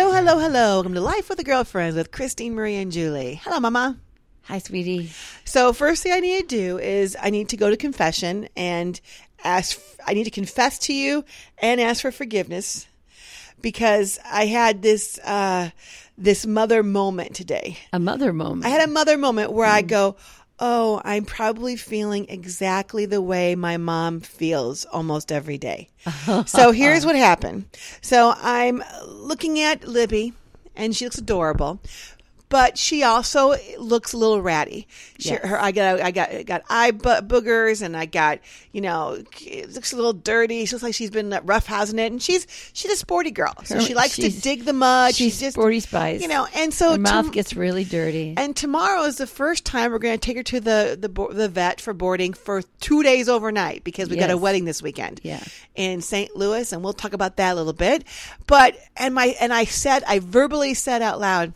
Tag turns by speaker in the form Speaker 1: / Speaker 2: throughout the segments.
Speaker 1: Hello, welcome to Life with a Girlfriend with Christine, Marie, and Julie. Hello, Mama.
Speaker 2: Hi, sweetie.
Speaker 1: So, first thing I need to do is I need to go to confession and ask, I need to confess to you and ask for forgiveness because I had this, uh, this mother moment today.
Speaker 2: A mother moment.
Speaker 1: I had a mother moment where I go, Oh, I'm probably feeling exactly the way my mom feels almost every day. so here's what happened. So I'm looking at Libby, and she looks adorable, but she also looks a little ratty. She,
Speaker 2: Yes.
Speaker 1: her, I got, I got, I got eye bo- boogers, and I got, you know, it looks a little dirty. She looks like she's been roughhousing it, and she's she's a sporty girl, so
Speaker 2: Her-
Speaker 1: she likes to
Speaker 2: she's-
Speaker 1: dig the mud.
Speaker 2: she's
Speaker 1: just
Speaker 2: sporty spice.
Speaker 1: you know. And so
Speaker 2: Her mouth
Speaker 1: to-
Speaker 2: gets really dirty.
Speaker 1: and tomorrow is the first time we're going to take her to the the, bo- the vet for boarding for two days overnight because we got a
Speaker 2: Yes.
Speaker 1: wedding this weekend.
Speaker 2: Yeah.
Speaker 1: in St. Louis, and we'll talk about that a little bit. But and my and I said I verbally said out loud.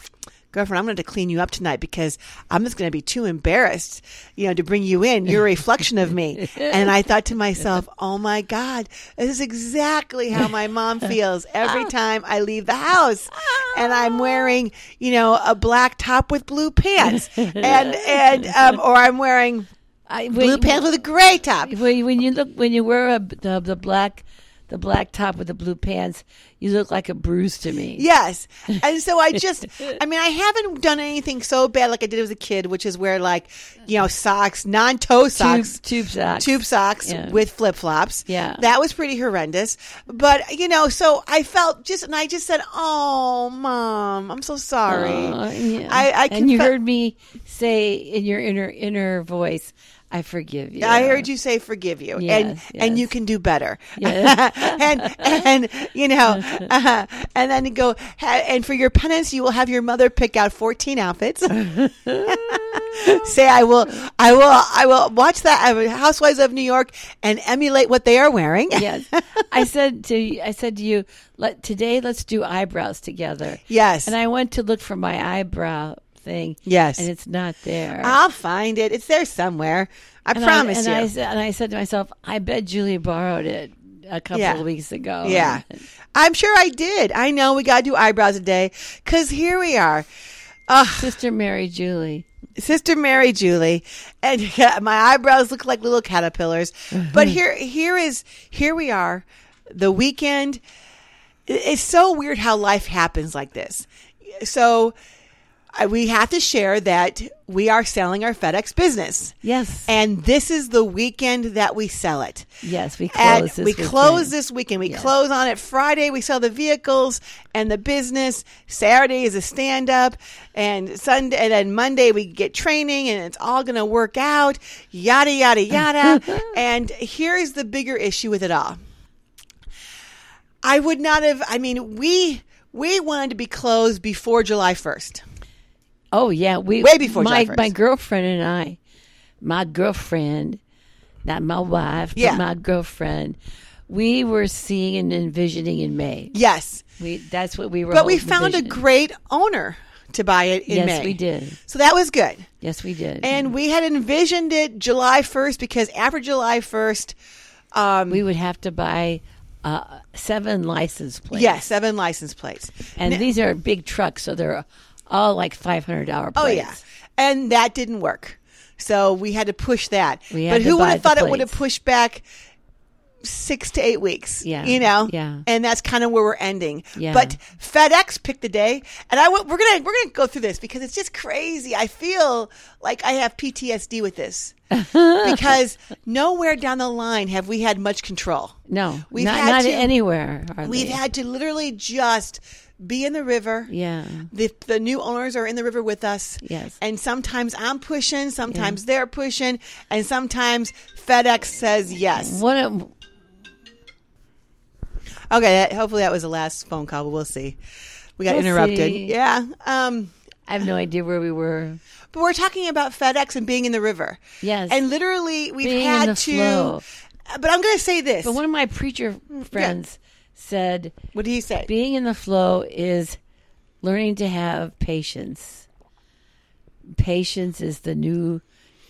Speaker 1: Girlfriend, I'm going to clean you up tonight because I'm just going to be too embarrassed, you know, to bring you in. You're a reflection of me. And I thought to myself, oh my God, this is exactly how my mom feels every time I leave the house. And I'm wearing, you know, a black top with blue pants. And, and, um, or I'm wearing
Speaker 2: I, when,
Speaker 1: blue pants with a gray top.
Speaker 2: when, when you look, when you wear a, the, the black, the black top with the blue pants, you look like a bruise to me.
Speaker 1: Yes. And so I just, I mean, I haven't done anything so bad like I did as a kid, which is wear like, you know, socks, non toe
Speaker 2: tube,
Speaker 1: socks.
Speaker 2: tube socks.
Speaker 1: Tube socks
Speaker 2: Yeah.
Speaker 1: with flip flops.
Speaker 2: Yeah.
Speaker 1: That was pretty horrendous. But, you know, so I felt just, and I just said, Oh, mom, I'm so sorry.
Speaker 2: Aw, yeah.
Speaker 1: I, I
Speaker 2: and you
Speaker 1: confe-
Speaker 2: heard me say in your inner inner voice, "I forgive you."
Speaker 1: I heard you say forgive you, and
Speaker 2: Yes,
Speaker 1: and
Speaker 2: yes.
Speaker 1: you can do better,
Speaker 2: Yes.
Speaker 1: and and you know, uh, and then you go ha- and for your penance, you will have your mother pick out fourteen outfits. say I will, I will, I will watch that uh, Housewives of New York and emulate what they are wearing.
Speaker 2: yes, I said to I said to you, "Let today let's do eyebrows together."
Speaker 1: Yes.
Speaker 2: and I went to look for my eyebrow thing.
Speaker 1: Yes.
Speaker 2: and it's not there.
Speaker 1: I'll find it. It's there somewhere. I
Speaker 2: And
Speaker 1: promise
Speaker 2: and
Speaker 1: you.
Speaker 2: I, said- and I said to myself, "I bet Julie borrowed it a couple
Speaker 1: Yeah.
Speaker 2: of weeks ago."
Speaker 1: Yeah. I'm sure I did. I know we got to do eyebrows a day because here we are.
Speaker 2: Sister Mary Julie.
Speaker 1: Sister Mary Julie, and my eyebrows look like little caterpillars. But here, here is here we are, the weekend. It- It's so weird how life happens like this. So I- we have to share that we are selling our FedEx business,
Speaker 2: Yes,
Speaker 1: and this is the weekend that we sell it.
Speaker 2: yes, we
Speaker 1: And
Speaker 2: close this.
Speaker 1: we close
Speaker 2: weekend.
Speaker 1: this weekend. We
Speaker 2: Yes.
Speaker 1: close on it Friday. We sell the vehicles and the business. Saturday is a stand up, and Sunday and then Monday we get training, and it's all going to work out. Yada yada yada. and here is the bigger issue with it all. I would not have. I mean, we we wanted to be closed before July first.
Speaker 2: Oh yeah, we
Speaker 1: Way before
Speaker 2: my
Speaker 1: July 1st.
Speaker 2: my girlfriend and I, my girlfriend, not my wife,
Speaker 1: Yeah.
Speaker 2: but my girlfriend. We were seeing and envisioning in May.
Speaker 1: Yes,
Speaker 2: We that's what we were.
Speaker 1: but we
Speaker 2: holding
Speaker 1: found a
Speaker 2: envisioning.
Speaker 1: great owner to buy it in
Speaker 2: Yes,
Speaker 1: May.
Speaker 2: we did.
Speaker 1: So that was good.
Speaker 2: Yes, we did.
Speaker 1: And we had envisioned it July 1st because after July 1st, um,
Speaker 2: we would have to buy uh, seven license plates.
Speaker 1: yeah, seven license plates.
Speaker 2: and these are big trucks, so they're all like five hundred dollar.
Speaker 1: Oh, yeah. And that didn't work. So we had to push that.
Speaker 2: We had
Speaker 1: but
Speaker 2: to
Speaker 1: who would
Speaker 2: buy
Speaker 1: have
Speaker 2: the
Speaker 1: thought it would have
Speaker 2: plates.
Speaker 1: pushed back six to eight weeks?
Speaker 2: Yeah,
Speaker 1: You know?
Speaker 2: yeah.
Speaker 1: And that's kind of where we're ending.
Speaker 2: Yeah.
Speaker 1: But FedEx picked the day. And I went, we're going to we're gonna go through this because it's just crazy. I feel like I have PTSD with this. because nowhere down the line have we had much control.
Speaker 2: No,
Speaker 1: We've
Speaker 2: not,
Speaker 1: had
Speaker 2: not
Speaker 1: to-
Speaker 2: anywhere. hardly.
Speaker 1: We've had to literally just be in the river.
Speaker 2: yeah,
Speaker 1: The, the new owners are in the river with us.
Speaker 2: Yes.
Speaker 1: And sometimes I'm pushing, sometimes they're pushing, and sometimes FedEx says yes.
Speaker 2: one of
Speaker 1: Okay, that, hopefully that was the last phone call, but we'll see. We got
Speaker 2: We'll
Speaker 1: interrupted.
Speaker 2: see.
Speaker 1: Yeah. Um,
Speaker 2: I have no idea where we were.
Speaker 1: but we're talking about FedEx and being in the river.
Speaker 2: Yes.
Speaker 1: And literally, we've
Speaker 2: Being in
Speaker 1: had
Speaker 2: the
Speaker 1: to.
Speaker 2: flow.
Speaker 1: But I'm going to say this.
Speaker 2: But one of my preacher
Speaker 1: Mm,
Speaker 2: friends said,
Speaker 1: what do you say?
Speaker 2: being in the flow is learning to have patience. Patience is the new,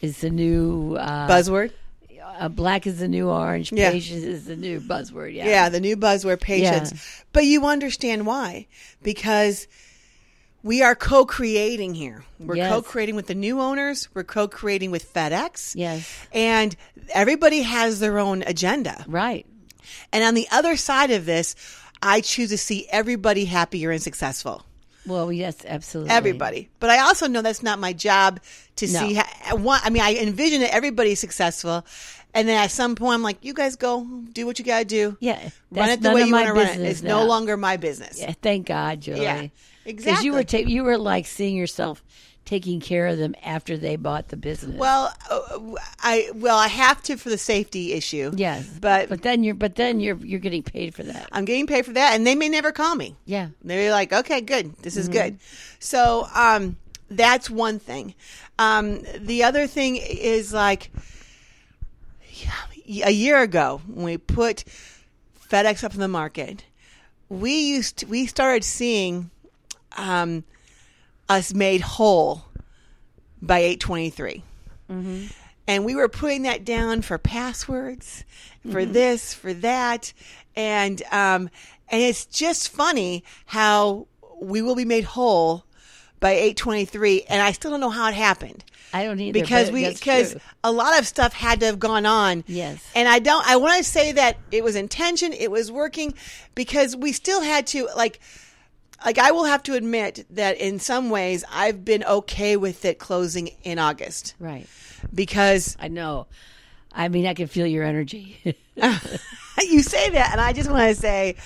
Speaker 2: is the new uh,
Speaker 1: Buzzword?
Speaker 2: uh, black is the new orange.
Speaker 1: Yeah.
Speaker 2: Patience is the new buzzword. Yeah.
Speaker 1: Yeah, the new buzzword patience.
Speaker 2: Yeah.
Speaker 1: But you understand why. Because we are co-creating here. We're
Speaker 2: Yes.
Speaker 1: co-creating with the new owners. We're co-creating with FedEx.
Speaker 2: Yes.
Speaker 1: And everybody has their own agenda.
Speaker 2: Right.
Speaker 1: And on the other side of this, I choose to see everybody happier and successful.
Speaker 2: Well, yes, absolutely.
Speaker 1: Everybody. But I also know that's not my job to
Speaker 2: No.
Speaker 1: see. ha- I want- I mean, I envision that everybody's successful. And then at some point, I'm like, you guys go do what you got to do.
Speaker 2: Yeah.
Speaker 1: Run
Speaker 2: that's
Speaker 1: it the
Speaker 2: none
Speaker 1: way
Speaker 2: of
Speaker 1: you
Speaker 2: my
Speaker 1: want to run it.
Speaker 2: business
Speaker 1: It's no
Speaker 2: now.
Speaker 1: longer my business.
Speaker 2: Yeah, thank God, Julie.
Speaker 1: Yeah,
Speaker 2: Because you were ta-
Speaker 1: exactly.
Speaker 2: you were like seeing yourself taking care of them after they bought the business.
Speaker 1: Well, uh, I well I have to for the safety issue.
Speaker 2: yes,
Speaker 1: but,
Speaker 2: but then you're but then you're you're getting paid for that.
Speaker 1: I'm getting paid for that, and they may never call me.
Speaker 2: Yeah.
Speaker 1: They're like, okay, good, this is good. So um, that's one thing. Um, the other thing is like yeah, a year ago when we put FedEx up in the market, we used to, we started seeing um, us made whole by eight and we were putting that down for passwords, for
Speaker 2: Mm-hmm.
Speaker 1: this, for that, and um, and it's just funny how we will be made whole by eight twenty three, and I still don't know how it happened
Speaker 2: I don't either
Speaker 1: because
Speaker 2: but
Speaker 1: we
Speaker 2: that's
Speaker 1: because
Speaker 2: true.
Speaker 1: a lot of stuff had to have gone on.
Speaker 2: Yes.
Speaker 1: and I don't. I want to say that it was intention. It was working because we still had to like. Like I will have to admit that in some ways I've been okay with it closing in August
Speaker 2: right.
Speaker 1: because
Speaker 2: I know. I mean, I can feel your energy.
Speaker 1: you say that, and I just want to say,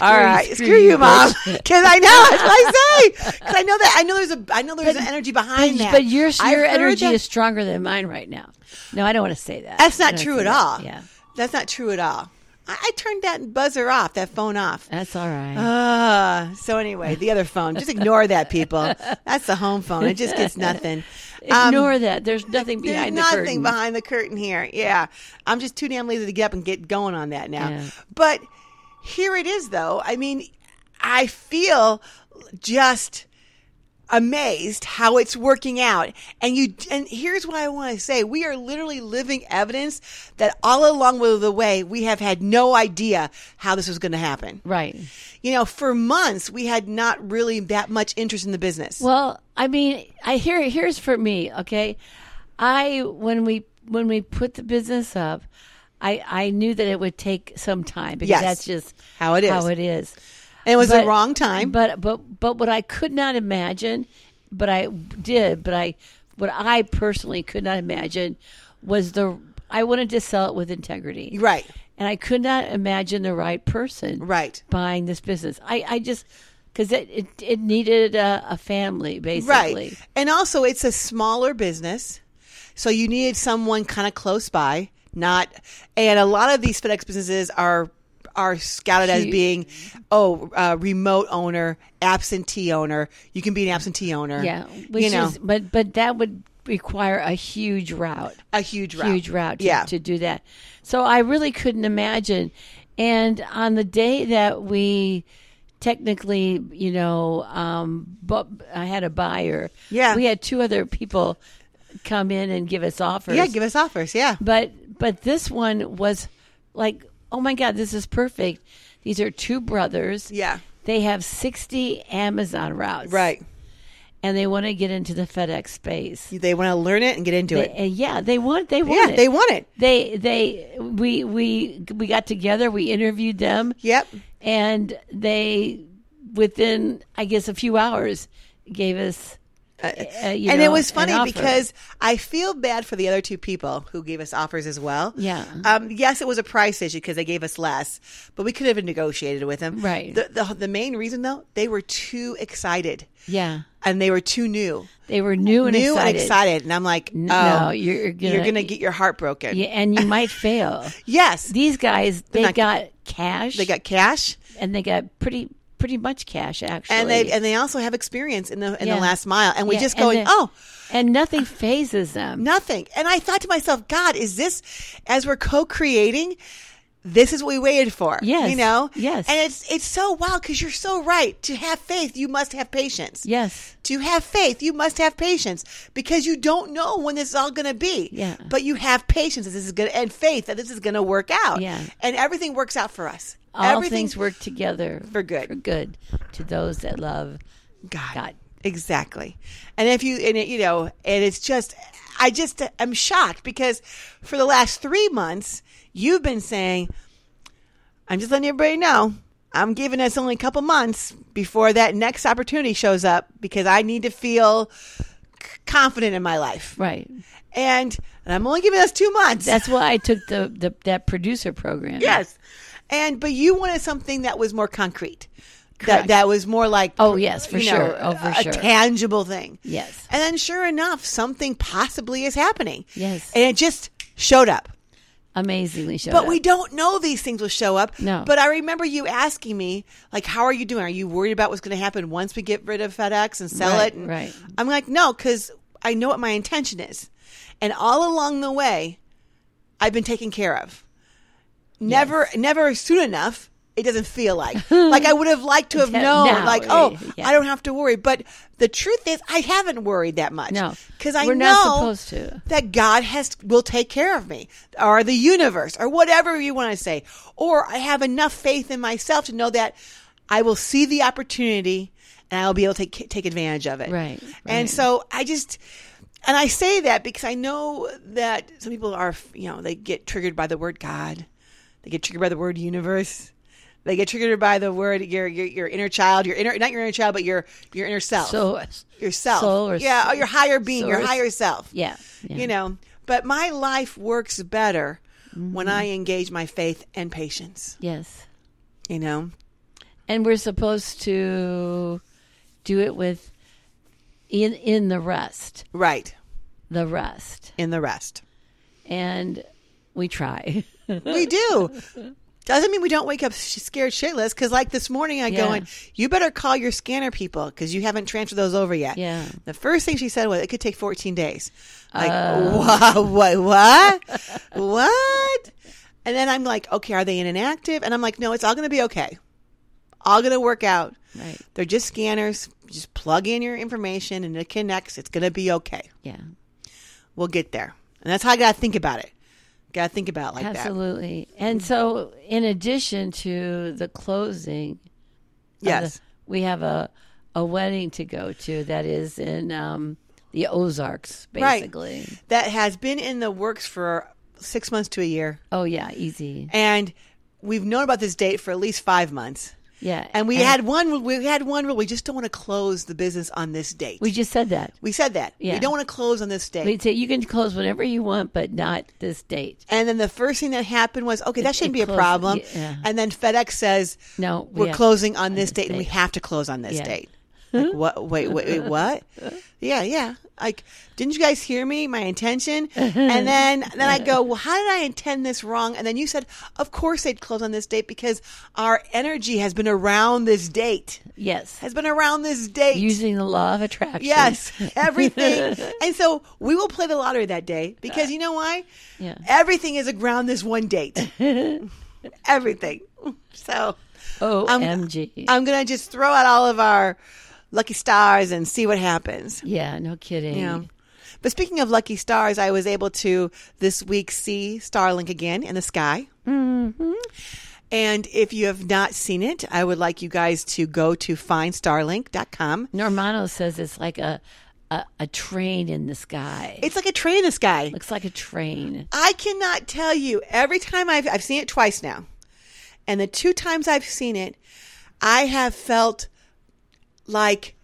Speaker 1: all
Speaker 2: you,
Speaker 1: right,
Speaker 2: screw
Speaker 1: screw,
Speaker 2: you,
Speaker 1: you, mom,
Speaker 2: bitch.
Speaker 1: because I know that's what I say. 'Cause I know that I know there's a I know there's an energy behind that.
Speaker 2: but your
Speaker 1: I've
Speaker 2: your
Speaker 1: heard
Speaker 2: energy
Speaker 1: that-
Speaker 2: is stronger than mine right now. No, I don't want to say that.
Speaker 1: that's
Speaker 2: I
Speaker 1: not
Speaker 2: don't
Speaker 1: true
Speaker 2: say
Speaker 1: at
Speaker 2: that.
Speaker 1: all.
Speaker 2: Yeah,
Speaker 1: that's not true at all. I, I turned that buzzer off, that phone off.
Speaker 2: that's all right.
Speaker 1: Uh, so anyway, the other phone. Just ignore that, people. That's the home phone. It just gets nothing. Um,
Speaker 2: Ignore that. There's nothing
Speaker 1: There's
Speaker 2: behind the
Speaker 1: nothing
Speaker 2: curtain.
Speaker 1: behind the curtain here. Yeah. I'm just too damn lazy to get up and get going on that now.
Speaker 2: Yeah.
Speaker 1: But here it is, though. I mean, I feel just amazed how it's working out. And you, and here's what I want to say. We are literally living evidence that all along with the way, we have had no idea how this was going to happen.
Speaker 2: right.
Speaker 1: You know, for months, we had not really that much interest in the business.
Speaker 2: Well, I mean, I hear here's for me, okay? I when we when we put the business up, I I knew that it would take some time because
Speaker 1: Yes.
Speaker 2: that's just
Speaker 1: How it
Speaker 2: How
Speaker 1: is.
Speaker 2: it is.
Speaker 1: and it was
Speaker 2: But-
Speaker 1: the wrong time.
Speaker 2: But but but what I could not imagine, but I did, but I what I personally could not imagine was the I wanted to sell it with integrity.
Speaker 1: right.
Speaker 2: And I could not imagine the right person
Speaker 1: Right.
Speaker 2: buying this business. I, I just because it, it it needed a, a family basically.
Speaker 1: Right. And also, it's a smaller business. So you needed someone kind of close by, not, and a lot of these FedEx businesses are are scouted as
Speaker 2: Huge.
Speaker 1: being oh uh, remote owner absentee owner you can be an absentee owner
Speaker 2: Yeah, which
Speaker 1: you know
Speaker 2: is but but that would require a huge route,
Speaker 1: a huge route
Speaker 2: huge route to,
Speaker 1: yeah
Speaker 2: to do that. So I really couldn't imagine. And on the day that we technically, you know, um, but I had a buyer.
Speaker 1: Yeah.
Speaker 2: we had two other people come in and give us offers.
Speaker 1: yeah give us offers yeah
Speaker 2: But but this one was like, oh my god, this is perfect. These are two brothers.
Speaker 1: yeah
Speaker 2: They have 60 Amazon routes.
Speaker 1: right
Speaker 2: And they want to get into the FedEx space.
Speaker 1: they want to learn it and get into it
Speaker 2: And yeah, they want they want
Speaker 1: yeah
Speaker 2: it.
Speaker 1: they want it
Speaker 2: they they we we we got together, we interviewed them
Speaker 1: yep
Speaker 2: and they within I guess a few hours gave us uh, you
Speaker 1: and
Speaker 2: know,
Speaker 1: it was
Speaker 2: an
Speaker 1: funny
Speaker 2: offer.
Speaker 1: because I feel bad for the other two people who gave us offers as well.
Speaker 2: Yeah.
Speaker 1: Um, yes, it was a price issue because they gave us less, but we could have negotiated with them.
Speaker 2: Right.
Speaker 1: The, the, the main reason, though, they were too excited
Speaker 2: yeah,
Speaker 1: and they were too new.
Speaker 2: they were new and
Speaker 1: new
Speaker 2: excited.
Speaker 1: and excited. And I'm like, oh,
Speaker 2: No, you're gonna,
Speaker 1: you're going to get your heart broken.
Speaker 2: yeah, and you might fail.
Speaker 1: Yes.
Speaker 2: These guys, they
Speaker 1: not-
Speaker 2: got cash.
Speaker 1: They got cash
Speaker 2: and they got pretty pretty much cash actually.
Speaker 1: and they and they also have experience in the in
Speaker 2: Yeah.
Speaker 1: the last mile. And we
Speaker 2: Yeah,
Speaker 1: just
Speaker 2: and
Speaker 1: going,
Speaker 2: they-
Speaker 1: oh,
Speaker 2: and nothing phases them.
Speaker 1: Nothing. And I thought to myself, God, is this as we're co-creating? This is what we waited for.
Speaker 2: Yes.
Speaker 1: You know.
Speaker 2: Yes.
Speaker 1: And it's it's so wild because you're so right. To have faith, you must have patience.
Speaker 2: Yes,
Speaker 1: To have faith, you must have patience because you don't know when this is all going to be.
Speaker 2: Yeah.
Speaker 1: But you have patience that this is going to, and faith that this is going to work out.
Speaker 2: Yeah.
Speaker 1: And everything works out for us.
Speaker 2: all
Speaker 1: Everything's
Speaker 2: things work together
Speaker 1: For good.
Speaker 2: For good to those that love
Speaker 1: God.
Speaker 2: God.
Speaker 1: Exactly. And if you, and it, you know, and it's just, I just am shocked because for the last three months, you've been saying, I'm just letting everybody know, I'm giving us only a couple months before that next opportunity shows up because I need to feel c- confident in my life.
Speaker 2: Right.
Speaker 1: And, and I'm only giving us two months.
Speaker 2: That's why I took the, the that producer program.
Speaker 1: yes. And, but you wanted something that was more concrete. That,
Speaker 2: Correct.
Speaker 1: that was more like
Speaker 2: Oh, yes, for
Speaker 1: you know,
Speaker 2: sure. oh, for
Speaker 1: a,
Speaker 2: sure.
Speaker 1: a tangible thing.
Speaker 2: yes.
Speaker 1: And then, sure enough, something possibly is happening.
Speaker 2: Yes.
Speaker 1: And it just showed up.
Speaker 2: Amazingly showed
Speaker 1: But
Speaker 2: up.
Speaker 1: we don't know these things will show up.
Speaker 2: No.
Speaker 1: But I remember you asking me, like, how are you doing? Are you worried about what's going to happen once we get rid of FedEx and sell
Speaker 2: Right,
Speaker 1: it? And
Speaker 2: right.
Speaker 1: I'm like, no, because I know what my intention is. And all along the way, I've been taken care of. Never, never soon enough. It doesn't feel like like I would have liked to have
Speaker 2: Until
Speaker 1: known.
Speaker 2: now, eh,
Speaker 1: like, oh,
Speaker 2: yeah.
Speaker 1: I don't have to worry. But the truth is, I haven't worried that much.
Speaker 2: No.
Speaker 1: because I
Speaker 2: We're
Speaker 1: know
Speaker 2: not supposed to.
Speaker 1: that God has will take care of me, or the universe, or whatever you want to say. Or I have enough faith in myself to know that I will see the opportunity and I will be able to take, take advantage of it.
Speaker 2: Right,
Speaker 1: And
Speaker 2: right.
Speaker 1: so I just. And I say that because I know that some people are, you know, they get triggered by the word God. They get triggered by the word universe. They get triggered by the word your your, your inner child, your inner not your inner child, but your your inner self,
Speaker 2: So,
Speaker 1: yourself,
Speaker 2: soul or-
Speaker 1: yeah, or your higher being, your
Speaker 2: source.
Speaker 1: higher self
Speaker 2: yeah, yeah.
Speaker 1: you know but my life works better
Speaker 2: Mm-hmm.
Speaker 1: when i engage my faith and patience
Speaker 2: Yes.
Speaker 1: you know
Speaker 2: And we're supposed to do it with in in the rest,
Speaker 1: right
Speaker 2: the rest.
Speaker 1: in the rest
Speaker 2: And we try.
Speaker 1: we do doesn't mean we don't wake up sh- scared shitless because like this morning i go
Speaker 2: Yeah.
Speaker 1: in you better call your scanner people because you haven't transferred those over yet
Speaker 2: Yeah.
Speaker 1: the first thing she said was it could take 14 days like
Speaker 2: Uh.
Speaker 1: what what what what and then i'm like okay are they inactive and i'm like no it's all gonna be okay all gonna work out
Speaker 2: right.
Speaker 1: They're just scanners. Just plug in your information and it connects. It's going to be okay.
Speaker 2: Yeah.
Speaker 1: We'll get there. And that's how I got to think about it. Got to think about it like
Speaker 2: Absolutely. And so in addition to the closing
Speaker 1: that. Yes.
Speaker 2: the- we have a a wedding to go to that is in um, the Ozarks,
Speaker 1: Right.
Speaker 2: basically.
Speaker 1: that has been in the works for six months to a year.
Speaker 2: Oh yeah, easy.
Speaker 1: And we've known about this date for at least five months.
Speaker 2: Yeah,
Speaker 1: And we had one, we had one rule. We just don't want to close the business on this date.
Speaker 2: we
Speaker 1: We,
Speaker 2: just said that.
Speaker 1: said that.
Speaker 2: Yeah.
Speaker 1: We don't want to close on this date.
Speaker 2: We said you can close whenever you want, but not this date.
Speaker 1: and then the first thing that happened was, okay, that shouldn't be a
Speaker 2: closed-
Speaker 1: problem.
Speaker 2: yeah.
Speaker 1: And then FedEx says,
Speaker 2: No, we
Speaker 1: we're
Speaker 2: have-
Speaker 1: closing on this
Speaker 2: this
Speaker 1: date and we
Speaker 2: date.
Speaker 1: have to close on this
Speaker 2: Yeah.
Speaker 1: date. Like, what? Wait, wait, wait, what? Yeah, yeah. Like, didn't you guys hear me? My intention, and then then I go, well, how did I intend this wrong? And then you said, of course they'd close on this date because our energy has been around this date,
Speaker 2: Yes,
Speaker 1: has been around this date.
Speaker 2: using the law of attraction.
Speaker 1: yes, everything. and so we will play the lottery that day because you know why?
Speaker 2: Yeah.
Speaker 1: Um, Everything is around this one date. everything. So.
Speaker 2: Omg.
Speaker 1: I'm gonna just throw out all of our lucky stars and see what happens.
Speaker 2: yeah. No kidding.
Speaker 1: Yeah. But speaking of lucky stars, I was able to this week see Starlink again in the sky. Mm-hmm. And if you have not seen it, I would like you guys to go to findstarlink.com.
Speaker 2: Normano says it's like a a, a train in the sky.
Speaker 1: It's like a train in the sky.
Speaker 2: looks like a train.
Speaker 1: I cannot tell you. Every time I've I've seen it twice now, and the two times I've seen it, I have felt like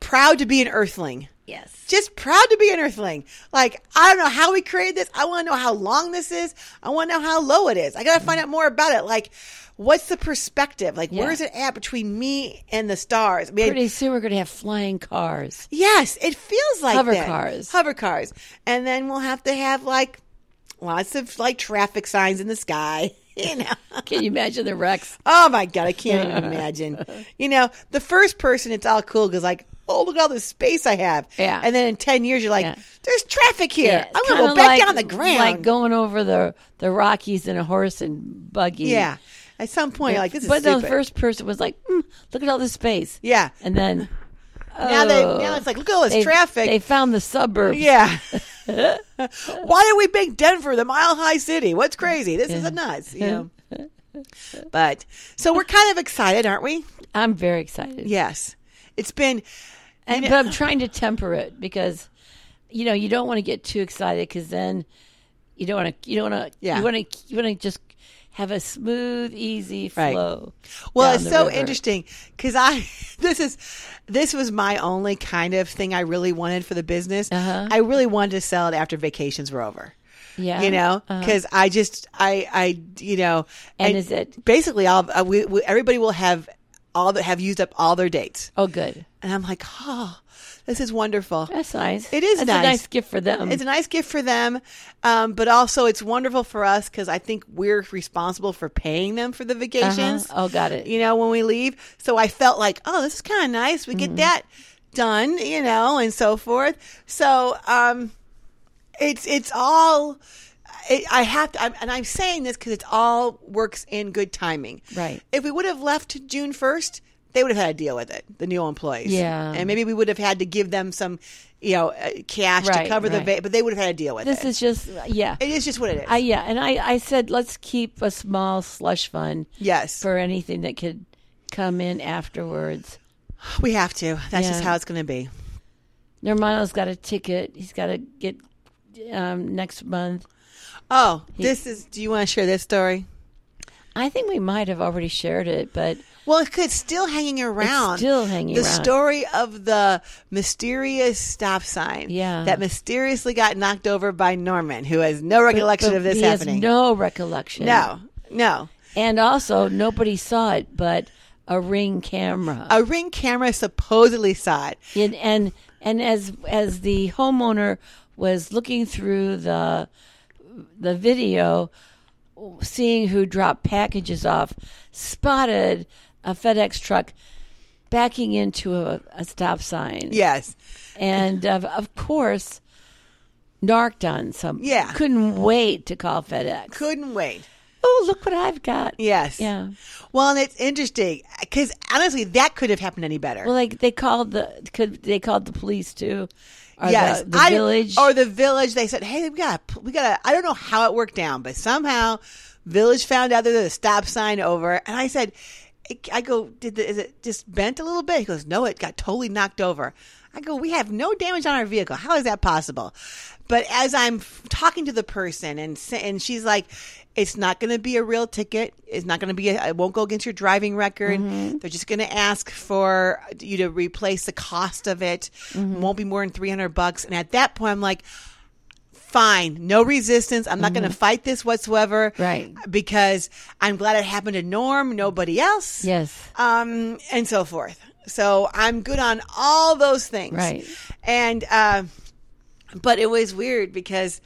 Speaker 1: proud to be an Earthling.
Speaker 2: Yes.
Speaker 1: just proud to be an earthling. Like, I don't know how we created this. I want to know how long this is. I want to know how low it is. I got to find out more about it. Like, what's the perspective? Like,
Speaker 2: Yeah.
Speaker 1: where's it at between me and the stars? I mean,
Speaker 2: Pretty soon we're going to have flying cars.
Speaker 1: yes, it feels like
Speaker 2: Hover
Speaker 1: that.
Speaker 2: cars.
Speaker 1: Hover cars. And then we'll have to have like lots of like traffic signs in the sky, you know.
Speaker 2: Can you imagine the wrecks?
Speaker 1: Oh my God, I can't even imagine. You know, the first person, it's all cool because, like, oh, look at all this space I have.
Speaker 2: Yeah.
Speaker 1: And then in 10 years, you're like,
Speaker 2: Yeah.
Speaker 1: there's traffic here.
Speaker 2: Yeah, it's
Speaker 1: I'm going to go
Speaker 2: kinda
Speaker 1: back
Speaker 2: like-
Speaker 1: down the ground.
Speaker 2: Like going over the the Rockies in a horse and buggy.
Speaker 1: yeah. At some point, you're like, this is
Speaker 2: but the
Speaker 1: stupid.
Speaker 2: first person was like, mm, "Look at all this space."
Speaker 1: yeah.
Speaker 2: and then
Speaker 1: Now, they,
Speaker 2: oh,
Speaker 1: now it's like, look at all this
Speaker 2: they-
Speaker 1: traffic.
Speaker 2: They found the suburbs.
Speaker 1: yeah. Why did we make Denver the mile high city? What's crazy? This is nuts, you know. But so we're kind of excited, aren't we?
Speaker 2: I'm very excited.
Speaker 1: Yes. It's been
Speaker 2: And but I'm trying to temper it because, you know, you don't want to get too excited because then you don't want to. You don't want to.
Speaker 1: Yeah.
Speaker 2: You want to. You want to just have a smooth, easy
Speaker 1: Right.
Speaker 2: flow.
Speaker 1: Well,
Speaker 2: down
Speaker 1: it's
Speaker 2: the
Speaker 1: so
Speaker 2: river.
Speaker 1: interesting because I this is this was my only kind of thing I really wanted for the business.
Speaker 2: Uh-huh.
Speaker 1: I really wanted to sell it after vacations were over.
Speaker 2: Yeah.
Speaker 1: You know,
Speaker 2: Uh-huh.
Speaker 1: because I just I I you know,
Speaker 2: And is it-
Speaker 1: basically all uh, we, we, everybody will have all that have used up all their dates,
Speaker 2: Oh, good.
Speaker 1: and I'm like, oh, this is wonderful.
Speaker 2: That's nice.
Speaker 1: It is
Speaker 2: That's
Speaker 1: nice.
Speaker 2: a nice gift for them.
Speaker 1: It's a nice gift for them, um, but also it's wonderful for us because I think we're responsible for paying them for the
Speaker 2: Uh-huh.
Speaker 1: vacations
Speaker 2: Oh, got it.
Speaker 1: you know, when we leave. So I felt like, oh, this is kind of nice. We
Speaker 2: Mm-hmm.
Speaker 1: get that done, you know, and so forth. So um, it's it's all. It, I have to, I'm, and I'm saying this because it all works in good timing.
Speaker 2: Right.
Speaker 1: If we would have left June first, they would have had to deal with it. The new employees.
Speaker 2: Yeah.
Speaker 1: And maybe we would have had to give them some, you know, uh, cash
Speaker 2: Right,
Speaker 1: to cover the,
Speaker 2: right.
Speaker 1: va- but they would have had to deal with
Speaker 2: This
Speaker 1: it.
Speaker 2: is just yeah.
Speaker 1: it is just what it is.
Speaker 2: I yeah, and I I said let's keep a small slush fund
Speaker 1: yes.
Speaker 2: for anything that could come in afterwards.
Speaker 1: we have to. That's just
Speaker 2: Yeah.
Speaker 1: how it's going to be.
Speaker 2: Normano's got a ticket. He's got to get um, next month.
Speaker 1: Oh, this is, do you want to share this story?
Speaker 2: I think we might have already shared it, but
Speaker 1: Well, it could still hanging around.
Speaker 2: still hanging
Speaker 1: the
Speaker 2: around.
Speaker 1: story of the mysterious stop sign.
Speaker 2: Yeah.
Speaker 1: That mysteriously got knocked over by Norman, who has no recollection
Speaker 2: but
Speaker 1: of this
Speaker 2: he
Speaker 1: happening.
Speaker 2: Has no recollection.
Speaker 1: no, no.
Speaker 2: and also nobody saw it, but a ring camera.
Speaker 1: A ring camera supposedly saw it.
Speaker 2: and and and as as the homeowner was looking through the the video seeing who dropped packages off spotted a FedEx truck backing into a, a stop sign
Speaker 1: Yes.
Speaker 2: and of, of course narked on some
Speaker 1: Yeah.
Speaker 2: couldn't wait to call FedEx
Speaker 1: Couldn't wait.
Speaker 2: oh look what I've got
Speaker 1: Yes.
Speaker 2: yeah
Speaker 1: Well, and it's interesting because honestly, that could have happened any better.
Speaker 2: well like they called the could they called the police too or
Speaker 1: yes,
Speaker 2: the, the
Speaker 1: I-
Speaker 2: village
Speaker 1: or the village. They said, "Hey, we got, we got." I don't know how it worked down, but somehow, village found out that there's a stop sign over, and I said, "I go, did the, is it just bent a little bit?" He goes, "No, it got totally knocked over." I go, "We have no damage on our vehicle. How is that possible?" But as I'm f- talking to the person, and sa- and she's like. It's not going to be a real ticket. It's not going to be. A, it won't go against your driving record. They're just going to ask for you to replace the cost of it. Won't be more than three hundred bucks. And at that point, I'm like, fine, no resistance. I'm not going to fight this whatsoever.
Speaker 2: Right.
Speaker 1: Because I'm glad it happened to Norm, nobody else.
Speaker 2: yes
Speaker 1: Um, and so forth. So I'm good on all those things.
Speaker 2: Right.
Speaker 1: And, uh, but it was weird because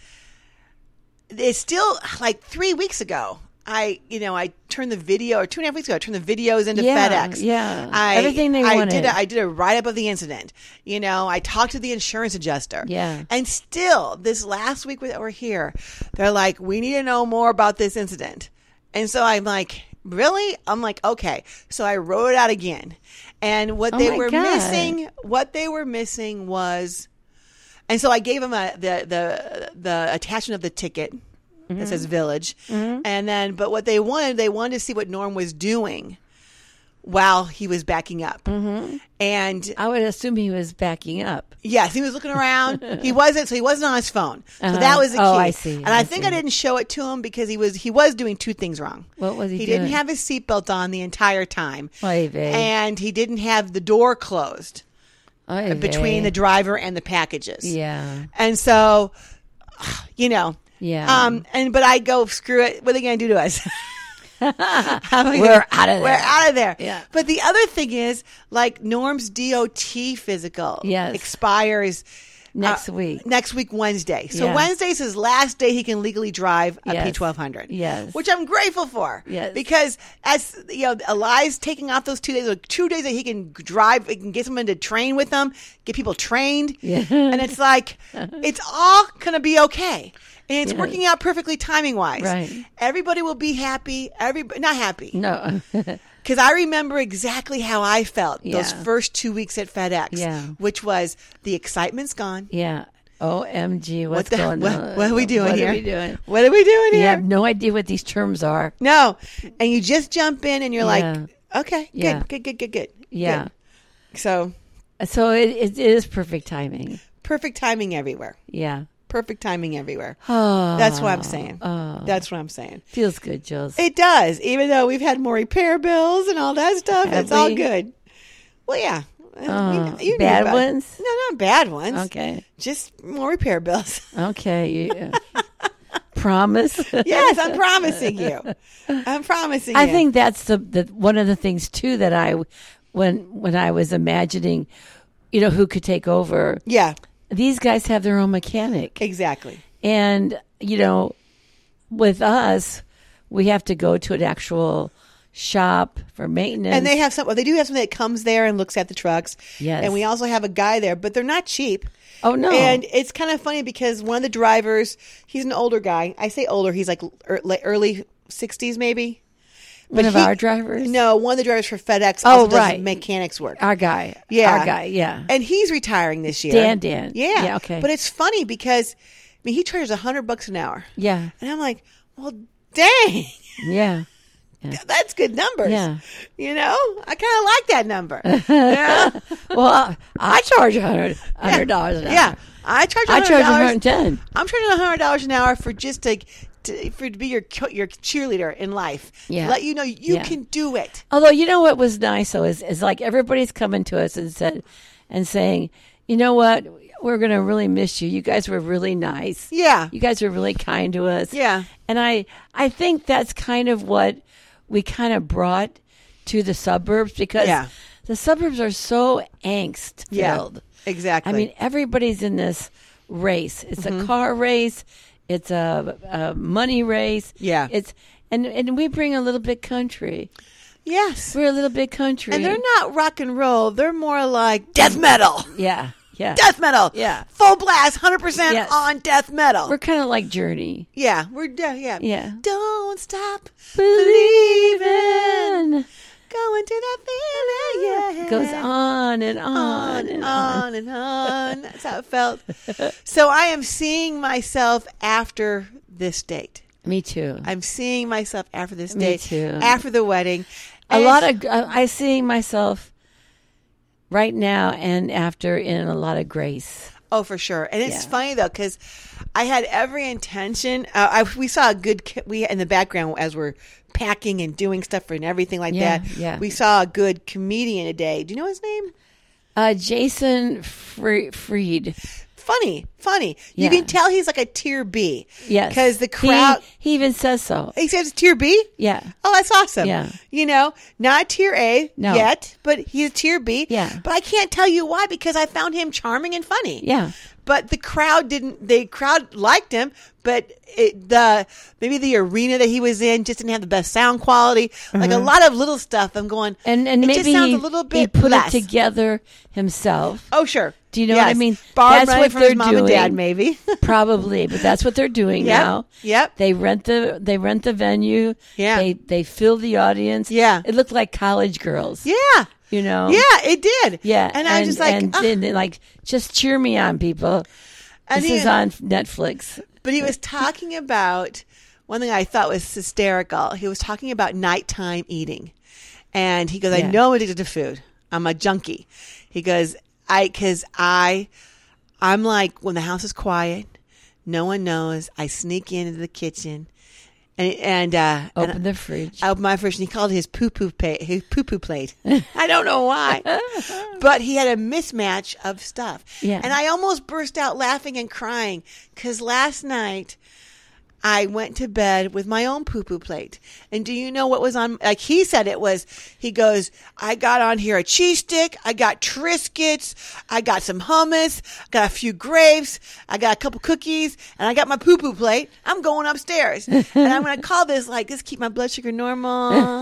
Speaker 1: it's still like three weeks ago. I, you know, I turned the video, or two and a half weeks ago, I turned the videos into
Speaker 2: Yeah,
Speaker 1: FedEx.
Speaker 2: yeah.
Speaker 1: I,
Speaker 2: Everything they
Speaker 1: I
Speaker 2: wanted.
Speaker 1: Did a, I did a write up of the incident. You know, I talked to the insurance adjuster.
Speaker 2: Yeah.
Speaker 1: And still, this last week that we're here, they're like, we need to know more about this incident. And so I'm like, really? I'm like, okay. So I wrote it out again. And what they
Speaker 2: Oh my
Speaker 1: were
Speaker 2: God.
Speaker 1: missing, what they were missing was, and so I gave them a, the, the, the attachment of the ticket. That says
Speaker 2: Mm-hmm.
Speaker 1: village, and then but what they wanted, they wanted to see what Norm was doing while he was backing up,
Speaker 2: Mm-hmm.
Speaker 1: and
Speaker 2: I would assume he was backing up.
Speaker 1: Yes, he was looking around. he wasn't, so he wasn't on his phone. So that was the key.
Speaker 2: Oh, I see,
Speaker 1: And I,
Speaker 2: I
Speaker 1: think
Speaker 2: see.
Speaker 1: I didn't show it to him because he was he was doing two things wrong.
Speaker 2: What was he
Speaker 1: He didn't
Speaker 2: doing?
Speaker 1: have his seatbelt on the entire time,
Speaker 2: Oy vey.
Speaker 1: and he didn't have the door closed
Speaker 2: Oy
Speaker 1: between the
Speaker 2: vey.
Speaker 1: driver and the packages.
Speaker 2: yeah,
Speaker 1: And so, you know,
Speaker 2: yeah.
Speaker 1: um, and but I go screw it. What are they going to do to us? How are we
Speaker 2: We're
Speaker 1: gonna-
Speaker 2: out of
Speaker 1: We're
Speaker 2: there.
Speaker 1: out of there.
Speaker 2: Yeah.
Speaker 1: But the other thing is, like Norm's DOT physical
Speaker 2: Yes.
Speaker 1: expires uh,
Speaker 2: Next week.
Speaker 1: Next week, Wednesday. So
Speaker 2: Yeah.
Speaker 1: Wednesday's his last day he can legally drive a
Speaker 2: Yes.
Speaker 1: 1200
Speaker 2: Yes.
Speaker 1: Which I'm grateful for.
Speaker 2: Yes.
Speaker 1: Because as you know, Eli's taking off those two days, or two days that he can drive, he can get someone to train with him, get people trained.
Speaker 2: Yeah.
Speaker 1: And it's like it's all gonna be okay. And it's working out perfectly timing wise.
Speaker 2: Right.
Speaker 1: Everybody will be happy. Everybody not happy.
Speaker 2: no,
Speaker 1: Because I remember exactly how I felt those
Speaker 2: Yeah.
Speaker 1: first two weeks at FedEx,
Speaker 2: Yeah.
Speaker 1: which was the excitement's gone.
Speaker 2: yeah. Omg, what's
Speaker 1: the-
Speaker 2: going
Speaker 1: what,
Speaker 2: on?
Speaker 1: What are we doing
Speaker 2: What
Speaker 1: here?
Speaker 2: Are we doing?
Speaker 1: What are we doing
Speaker 2: You
Speaker 1: here?
Speaker 2: have no idea what these terms are.
Speaker 1: No. And you just jump in and you're
Speaker 2: Yeah.
Speaker 1: like, okay,
Speaker 2: Yeah.
Speaker 1: good, good, good, good, good.
Speaker 2: Yeah.
Speaker 1: good. So
Speaker 2: So it, it is perfect timing.
Speaker 1: perfect timing everywhere.
Speaker 2: Yeah.
Speaker 1: Perfect timing everywhere.
Speaker 2: Oh,
Speaker 1: That's what I'm saying.
Speaker 2: Oh,
Speaker 1: That's what I'm saying.
Speaker 2: feels good, Jules.
Speaker 1: It does, even though we've had more repair bills and all that stuff.
Speaker 2: Have
Speaker 1: it's all
Speaker 2: we? Uh,
Speaker 1: good. Well, yeah. You know- you knew
Speaker 2: bad
Speaker 1: about-
Speaker 2: ones?
Speaker 1: No, not bad ones.
Speaker 2: Okay.
Speaker 1: Just more repair bills.
Speaker 2: Okay. Yeah. Promise.
Speaker 1: yes, I'm promising you. I'm promising
Speaker 2: I
Speaker 1: you.
Speaker 2: think that's the, the one of the things too that I when when I was imagining, you know, who could take over.
Speaker 1: Yeah,
Speaker 2: These guys have their own mechanic,
Speaker 1: exactly.
Speaker 2: and you know, with us, we have to go to an actual shop for maintenance.
Speaker 1: And they have some. Well, they do have something that comes there and looks at the trucks.
Speaker 2: Yes.
Speaker 1: And we also have a guy there, but they're not cheap.
Speaker 2: oh no,
Speaker 1: And it's kind of funny because one of the drivers, he's an older guy. I say older. He's like ear- like early sixties, maybe.
Speaker 2: one of
Speaker 1: he-
Speaker 2: our drivers,
Speaker 1: No, one of the drivers for FedEx.
Speaker 2: Oh,
Speaker 1: also does
Speaker 2: right. Uh,
Speaker 1: Mechanics work.
Speaker 2: our guy,
Speaker 1: Yeah.
Speaker 2: our guy, yeah,
Speaker 1: and he's retiring this year.
Speaker 2: Dan, Dan.
Speaker 1: Yeah.
Speaker 2: Yeah, okay.
Speaker 1: But it's funny because I mean he charges a hundred bucks an hour,
Speaker 2: yeah,
Speaker 1: and I'm like, well, dang,
Speaker 2: yeah.
Speaker 1: that's good numbers.
Speaker 2: Yeah.
Speaker 1: You know, I kind of like that number. yeah.
Speaker 2: Well, I, I charge a hundred hundred dollars an hour.
Speaker 1: Yeah. I charge.
Speaker 2: I charge one hundred
Speaker 1: $100.
Speaker 2: and ten.
Speaker 1: I'm charging hundred dollars an hour for just to, to for to be your co- your cheerleader in life.
Speaker 2: Yeah.
Speaker 1: let you know you
Speaker 2: Yeah.
Speaker 1: can do it.
Speaker 2: Although you know what was nice though is, is like everybody's coming to us and said and saying, you know what, we're gonna really miss you. You guys were really nice.
Speaker 1: Yeah,
Speaker 2: You guys were really kind to us.
Speaker 1: Yeah.
Speaker 2: And I I think that's kind of what we kind of brought to the suburbs because
Speaker 1: Yeah.
Speaker 2: the suburbs are so angst filled.
Speaker 1: exactly. Mm-hmm.
Speaker 2: I mean, everybody's in this race. It's a car race. It's a, a money race.
Speaker 1: Yeah.
Speaker 2: It's and and we bring a little bit country.
Speaker 1: yes.
Speaker 2: We're a little bit country.
Speaker 1: And they're not rock and roll. They're more like death metal.
Speaker 2: Yeah. Yeah.
Speaker 1: Death metal.
Speaker 2: Yeah.
Speaker 1: Full blast, hundred percent
Speaker 2: Yes.
Speaker 1: on death metal.
Speaker 2: We're kind of like Journey.
Speaker 1: yeah, we're de- yeah
Speaker 2: Yeah.
Speaker 1: Don't stop believing.
Speaker 2: Believing
Speaker 1: Going to that feeling. Yeah.
Speaker 2: goes on and on
Speaker 1: on
Speaker 2: and
Speaker 1: and
Speaker 2: on.
Speaker 1: on and on. That's how it felt. So I am seeing myself after this date.
Speaker 2: Me too.
Speaker 1: I'm seeing myself after this
Speaker 2: Me
Speaker 1: date.
Speaker 2: too.
Speaker 1: After the wedding.
Speaker 2: A
Speaker 1: And
Speaker 2: lot of uh, I I see myself right now and after in a lot of grace.
Speaker 1: Oh, for sure. And it's
Speaker 2: Yeah.
Speaker 1: funny though because I had every intention. Uh, I we saw a good ca- we in the background as we're packing and doing stuff and everything like
Speaker 2: Yeah,
Speaker 1: that.
Speaker 2: yeah.
Speaker 1: We saw a good comedian today. Do you know his name?
Speaker 2: Uh, Jason Fre- Freed.
Speaker 1: Funny, funny.
Speaker 2: Yeah.
Speaker 1: You can tell he's like a tier B.
Speaker 2: Yes.
Speaker 1: because the
Speaker 2: He-
Speaker 1: crowd.
Speaker 2: He, even says so.
Speaker 1: He, says tier B.
Speaker 2: Yeah.
Speaker 1: Oh, that's awesome.
Speaker 2: Yeah.
Speaker 1: You know, not tier A
Speaker 2: No.
Speaker 1: yet, but he's tier B.
Speaker 2: Yeah.
Speaker 1: But I can't tell you why because I found him charming and funny.
Speaker 2: Yeah.
Speaker 1: But the crowd didn't, the crowd liked him, but it, the, maybe the arena that he was in just didn't have the best sound quality. Like a lot of little stuff. I'm going,
Speaker 2: Mm-hmm. And and
Speaker 1: it
Speaker 2: maybe
Speaker 1: just sounds
Speaker 2: he,
Speaker 1: a little
Speaker 2: he
Speaker 1: bit
Speaker 2: put
Speaker 1: less.
Speaker 2: it together himself.
Speaker 1: Oh, sure.
Speaker 2: Do you know what I
Speaker 1: Yes.
Speaker 2: mean?
Speaker 1: Borrowed
Speaker 2: That's
Speaker 1: money
Speaker 2: what
Speaker 1: from his
Speaker 2: they're
Speaker 1: mom and dad,
Speaker 2: doing.
Speaker 1: maybe.
Speaker 2: Probably, but that's what they're doing
Speaker 1: Yep.
Speaker 2: now.
Speaker 1: Yep.
Speaker 2: They rent the they rent the venue.
Speaker 1: Yeah.
Speaker 2: They they fill the audience.
Speaker 1: Yeah.
Speaker 2: It looked like college girls.
Speaker 1: yeah.
Speaker 2: You know.
Speaker 1: Yeah, it did.
Speaker 2: Yeah.
Speaker 1: And I was just like,
Speaker 2: and,
Speaker 1: "Ugh."
Speaker 2: then, like just cheer me on, people.
Speaker 1: And
Speaker 2: this
Speaker 1: he-
Speaker 2: is on Netflix.
Speaker 1: But he was talking about one thing I thought was hysterical. He was talking about nighttime eating. And he goes, I
Speaker 2: Yeah.
Speaker 1: know I'm addicted to food. I'm a junkie. He goes, I, cause I, I'm like, when the house is quiet, no one knows, I sneak into the kitchen and, and, uh, and
Speaker 2: Open the fridge.
Speaker 1: out my fridge and he called it his poo poo plate. His poo poo plate. I don't know why, but he had a mismatch of stuff.
Speaker 2: Yeah.
Speaker 1: And I almost burst out laughing and crying because last night I went to bed with my own poo poo plate. And do you know what was on? Like he said, it was, he goes, I got on here a cheese stick. I got Triscuits. I got some hummus. got a few grapes. I got a couple cookies and I got my poo poo plate. I'm going upstairs and I'm going to call this like, this keep my blood sugar normal,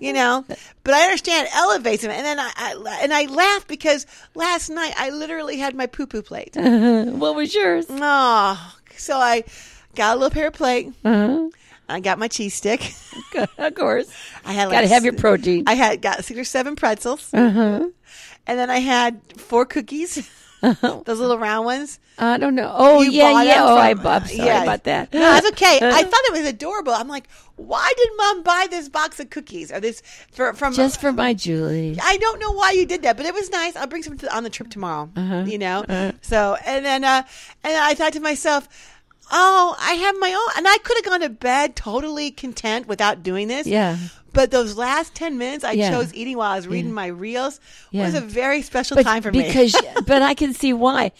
Speaker 1: you know, but I understand it elevates him. And then I, I and I laugh because last night I literally had my poo poo plate.
Speaker 2: Mm. what was yours?
Speaker 1: Oh, so I got a little paper plate. Mm.
Speaker 2: Uh-huh.
Speaker 1: I got my cheese stick.
Speaker 2: of course.
Speaker 1: I had
Speaker 2: Got to
Speaker 1: like
Speaker 2: have your protein.
Speaker 1: I had got six or seven pretzels,
Speaker 2: uh-huh.
Speaker 1: and then I had four cookies. Those little round ones.
Speaker 2: I don't know. Oh
Speaker 1: You
Speaker 2: yeah,
Speaker 1: bought
Speaker 2: yeah.
Speaker 1: them
Speaker 2: Oh, I
Speaker 1: from-
Speaker 2: I'm sorry
Speaker 1: Yeah.
Speaker 2: about that.
Speaker 1: No, that's okay. I thought it was adorable. I'm like, why did mom buy this box of cookies or this for, from
Speaker 2: Just for my Julie.
Speaker 1: I don't know why you did that, but it was nice. I'll bring some to, on the trip tomorrow.
Speaker 2: Uh-huh.
Speaker 1: You know. So and then uh, and I thought to myself, oh, I have my own, and I could have gone to bed totally content without doing this.
Speaker 2: Yeah.
Speaker 1: But those last ten minutes I
Speaker 2: Yeah.
Speaker 1: chose eating while I was reading my reels was
Speaker 2: Yeah.
Speaker 1: a very special
Speaker 2: But
Speaker 1: time for
Speaker 2: because,
Speaker 1: me.
Speaker 2: but I can see why.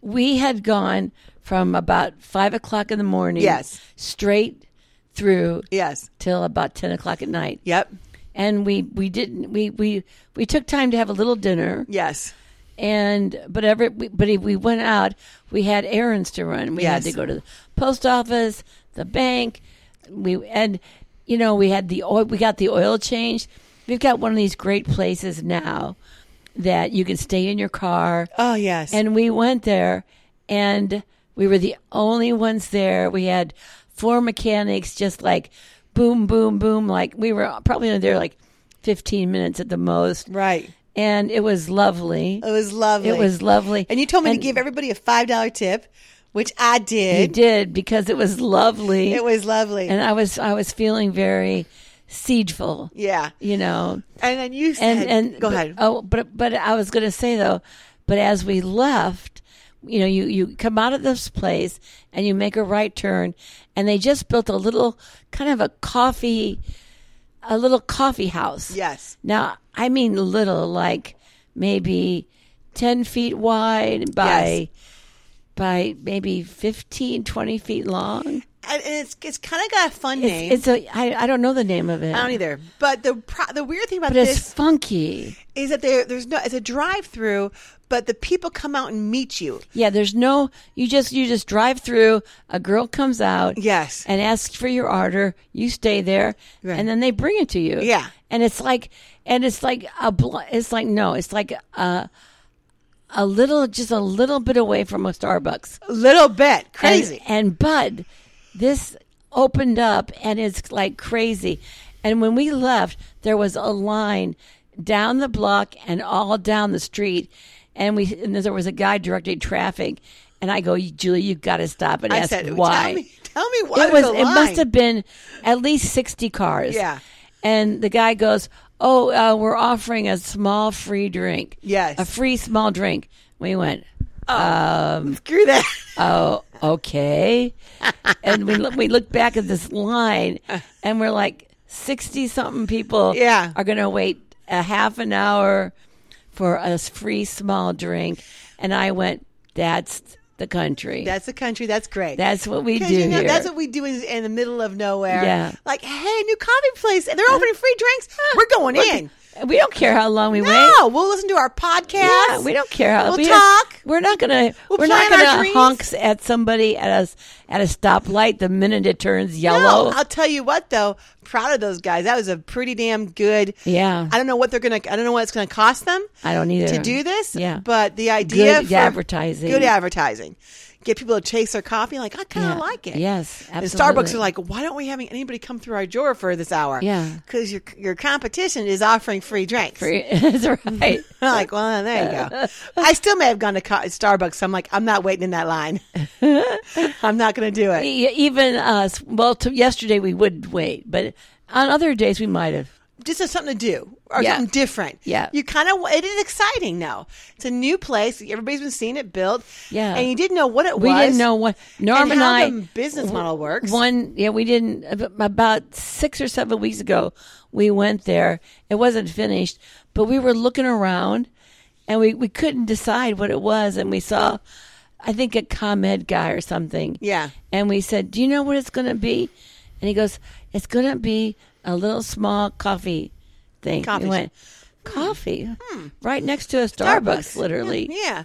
Speaker 2: We had gone from about five o'clock in the morning,
Speaker 1: Yes.
Speaker 2: straight through
Speaker 1: yes.
Speaker 2: till about ten o'clock at night,
Speaker 1: Yep.
Speaker 2: and we we didn't we we we took time to have a little dinner,
Speaker 1: Yes.
Speaker 2: and but every we, but if we went out, we had errands to run. We had
Speaker 1: Yes.
Speaker 2: to go to the post office, the bank. We and you know we had the oil. We got the oil change. We've got one of these great places now that you can stay in your car.
Speaker 1: Oh yes.
Speaker 2: And we went there, and we were the only ones there. We had four mechanics, just like boom, boom, boom. Like we were probably only there like fifteen minutes at the most,
Speaker 1: right.
Speaker 2: and it was lovely.
Speaker 1: It was lovely.
Speaker 2: It was lovely.
Speaker 1: And you told me to give everybody a five dollar tip, which I
Speaker 2: You
Speaker 1: did.
Speaker 2: did because it was lovely.
Speaker 1: It was lovely.
Speaker 2: and I was I was feeling very siegeful.
Speaker 1: yeah.
Speaker 2: You know.
Speaker 1: And then you
Speaker 2: And
Speaker 1: said,
Speaker 2: and
Speaker 1: "Go
Speaker 2: but-
Speaker 1: ahead."
Speaker 2: Oh, but but I was going to say though, but as we left, you know, you you come out of this place and you make a right turn, and they just built a little kind of a coffee, a little coffee house.
Speaker 1: Yes.
Speaker 2: Now, I mean little, like maybe 10 feet wide by by maybe 15, 20 feet long.
Speaker 1: And and it's it's kind of got a fun name.
Speaker 2: It's, it's a I, I don't know the name of it.
Speaker 1: I don't either. But the pro- the weird thing about
Speaker 2: But it's
Speaker 1: this
Speaker 2: funky.
Speaker 1: is that there there's no it's a drive through, but the people come out and meet you.
Speaker 2: Yeah, there's no you just you just drive through, a girl comes out
Speaker 1: Yes.
Speaker 2: and asks for your order, you stay there
Speaker 1: Right.
Speaker 2: and then they bring it to you.
Speaker 1: Yeah.
Speaker 2: And it's like and it's like a bl- it's like no, it's like a a little just a little bit away from a Starbucks.
Speaker 1: A little bit crazy.
Speaker 2: And, and Bud, this opened up and it's like crazy. And when we left, there was a line down the block and all down the street. And we and there was a guy directing traffic. And I go, Julie, you got to stop and
Speaker 1: I
Speaker 2: ask
Speaker 1: said,
Speaker 2: why.
Speaker 1: "Tell me, tell me why."
Speaker 2: it was.
Speaker 1: there's a
Speaker 2: It must
Speaker 1: line."
Speaker 2: have been at least sixty cars.
Speaker 1: Yeah.
Speaker 2: And the guy goes, "Oh, uh, we're offering a small free drink.
Speaker 1: Yes.
Speaker 2: a free small drink." We went,
Speaker 1: screw that.
Speaker 2: oh, okay. and we look, we look back at this line, and we're like sixty something people.
Speaker 1: Uh. Yeah.
Speaker 2: are going to wait a half an hour for a s- free small drink, and I went, "That's the country.
Speaker 1: That's the country. That's great.
Speaker 2: That's what we do
Speaker 1: Because you know
Speaker 2: here."
Speaker 1: that's what we do in, in the middle of nowhere.
Speaker 2: Yeah.
Speaker 1: Like, hey, new coffee place, and they're offering free drinks. We're going in.
Speaker 2: we don't care how long we wait.
Speaker 1: No, we'll listen to our podcast.
Speaker 2: Yeah, we don't care how
Speaker 1: We'll
Speaker 2: we
Speaker 1: talk.
Speaker 2: We're not gonna.
Speaker 1: We'll
Speaker 2: we're not
Speaker 1: plan our
Speaker 2: gonna
Speaker 1: dreams.
Speaker 2: honk at somebody at us at a stoplight the minute it turns yellow.
Speaker 1: No, I'll tell you what though, proud of those guys. That was a pretty damn good.
Speaker 2: Yeah.
Speaker 1: I don't know what they're gonna. I don't know what it's gonna cost them.
Speaker 2: I don't either.
Speaker 1: to do this.
Speaker 2: Yeah.
Speaker 1: but the idea
Speaker 2: Good
Speaker 1: for
Speaker 2: advertising.
Speaker 1: good advertising, get people to chase their coffee. Like I kind of
Speaker 2: Yeah.
Speaker 1: like it.
Speaker 2: Yes,
Speaker 1: And
Speaker 2: absolutely.
Speaker 1: Starbucks are like, why don't we having anybody come through our door for this hour?
Speaker 2: Yeah.
Speaker 1: because your your competition is offering free drinks.
Speaker 2: That's right.
Speaker 1: I'm like, well, there you go. I still may have gone to co- Starbucks. I'm like, I'm not waiting in that line. I'm not going to do it.
Speaker 2: E- Even us. Well, to yesterday we would wait, but on other days we might have.
Speaker 1: just as something to do or
Speaker 2: Yeah.
Speaker 1: something different.
Speaker 2: Yeah.
Speaker 1: You kind of, it is exciting now. It's a new place. Everybody's been seeing it built.
Speaker 2: Yeah.
Speaker 1: And you didn't know what it
Speaker 2: We
Speaker 1: was.
Speaker 2: didn't know what Norm and,
Speaker 1: how
Speaker 2: I
Speaker 1: the business
Speaker 2: w-
Speaker 1: model works.
Speaker 2: One, yeah, we didn't. ab- About six or seven weeks ago, we went there. It wasn't finished, but we were looking around, and we we couldn't decide what it was, and we saw, I think, a ComEd guy or something.
Speaker 1: Yeah.
Speaker 2: and we said, "Do you know what it's going to be?" And he goes, "It's going to be a little small coffee thing."
Speaker 1: Coffee shop. Hmm.
Speaker 2: We went, "Coffee, right next to a Starbucks,
Speaker 1: Starbucks.
Speaker 2: literally."
Speaker 1: Yeah.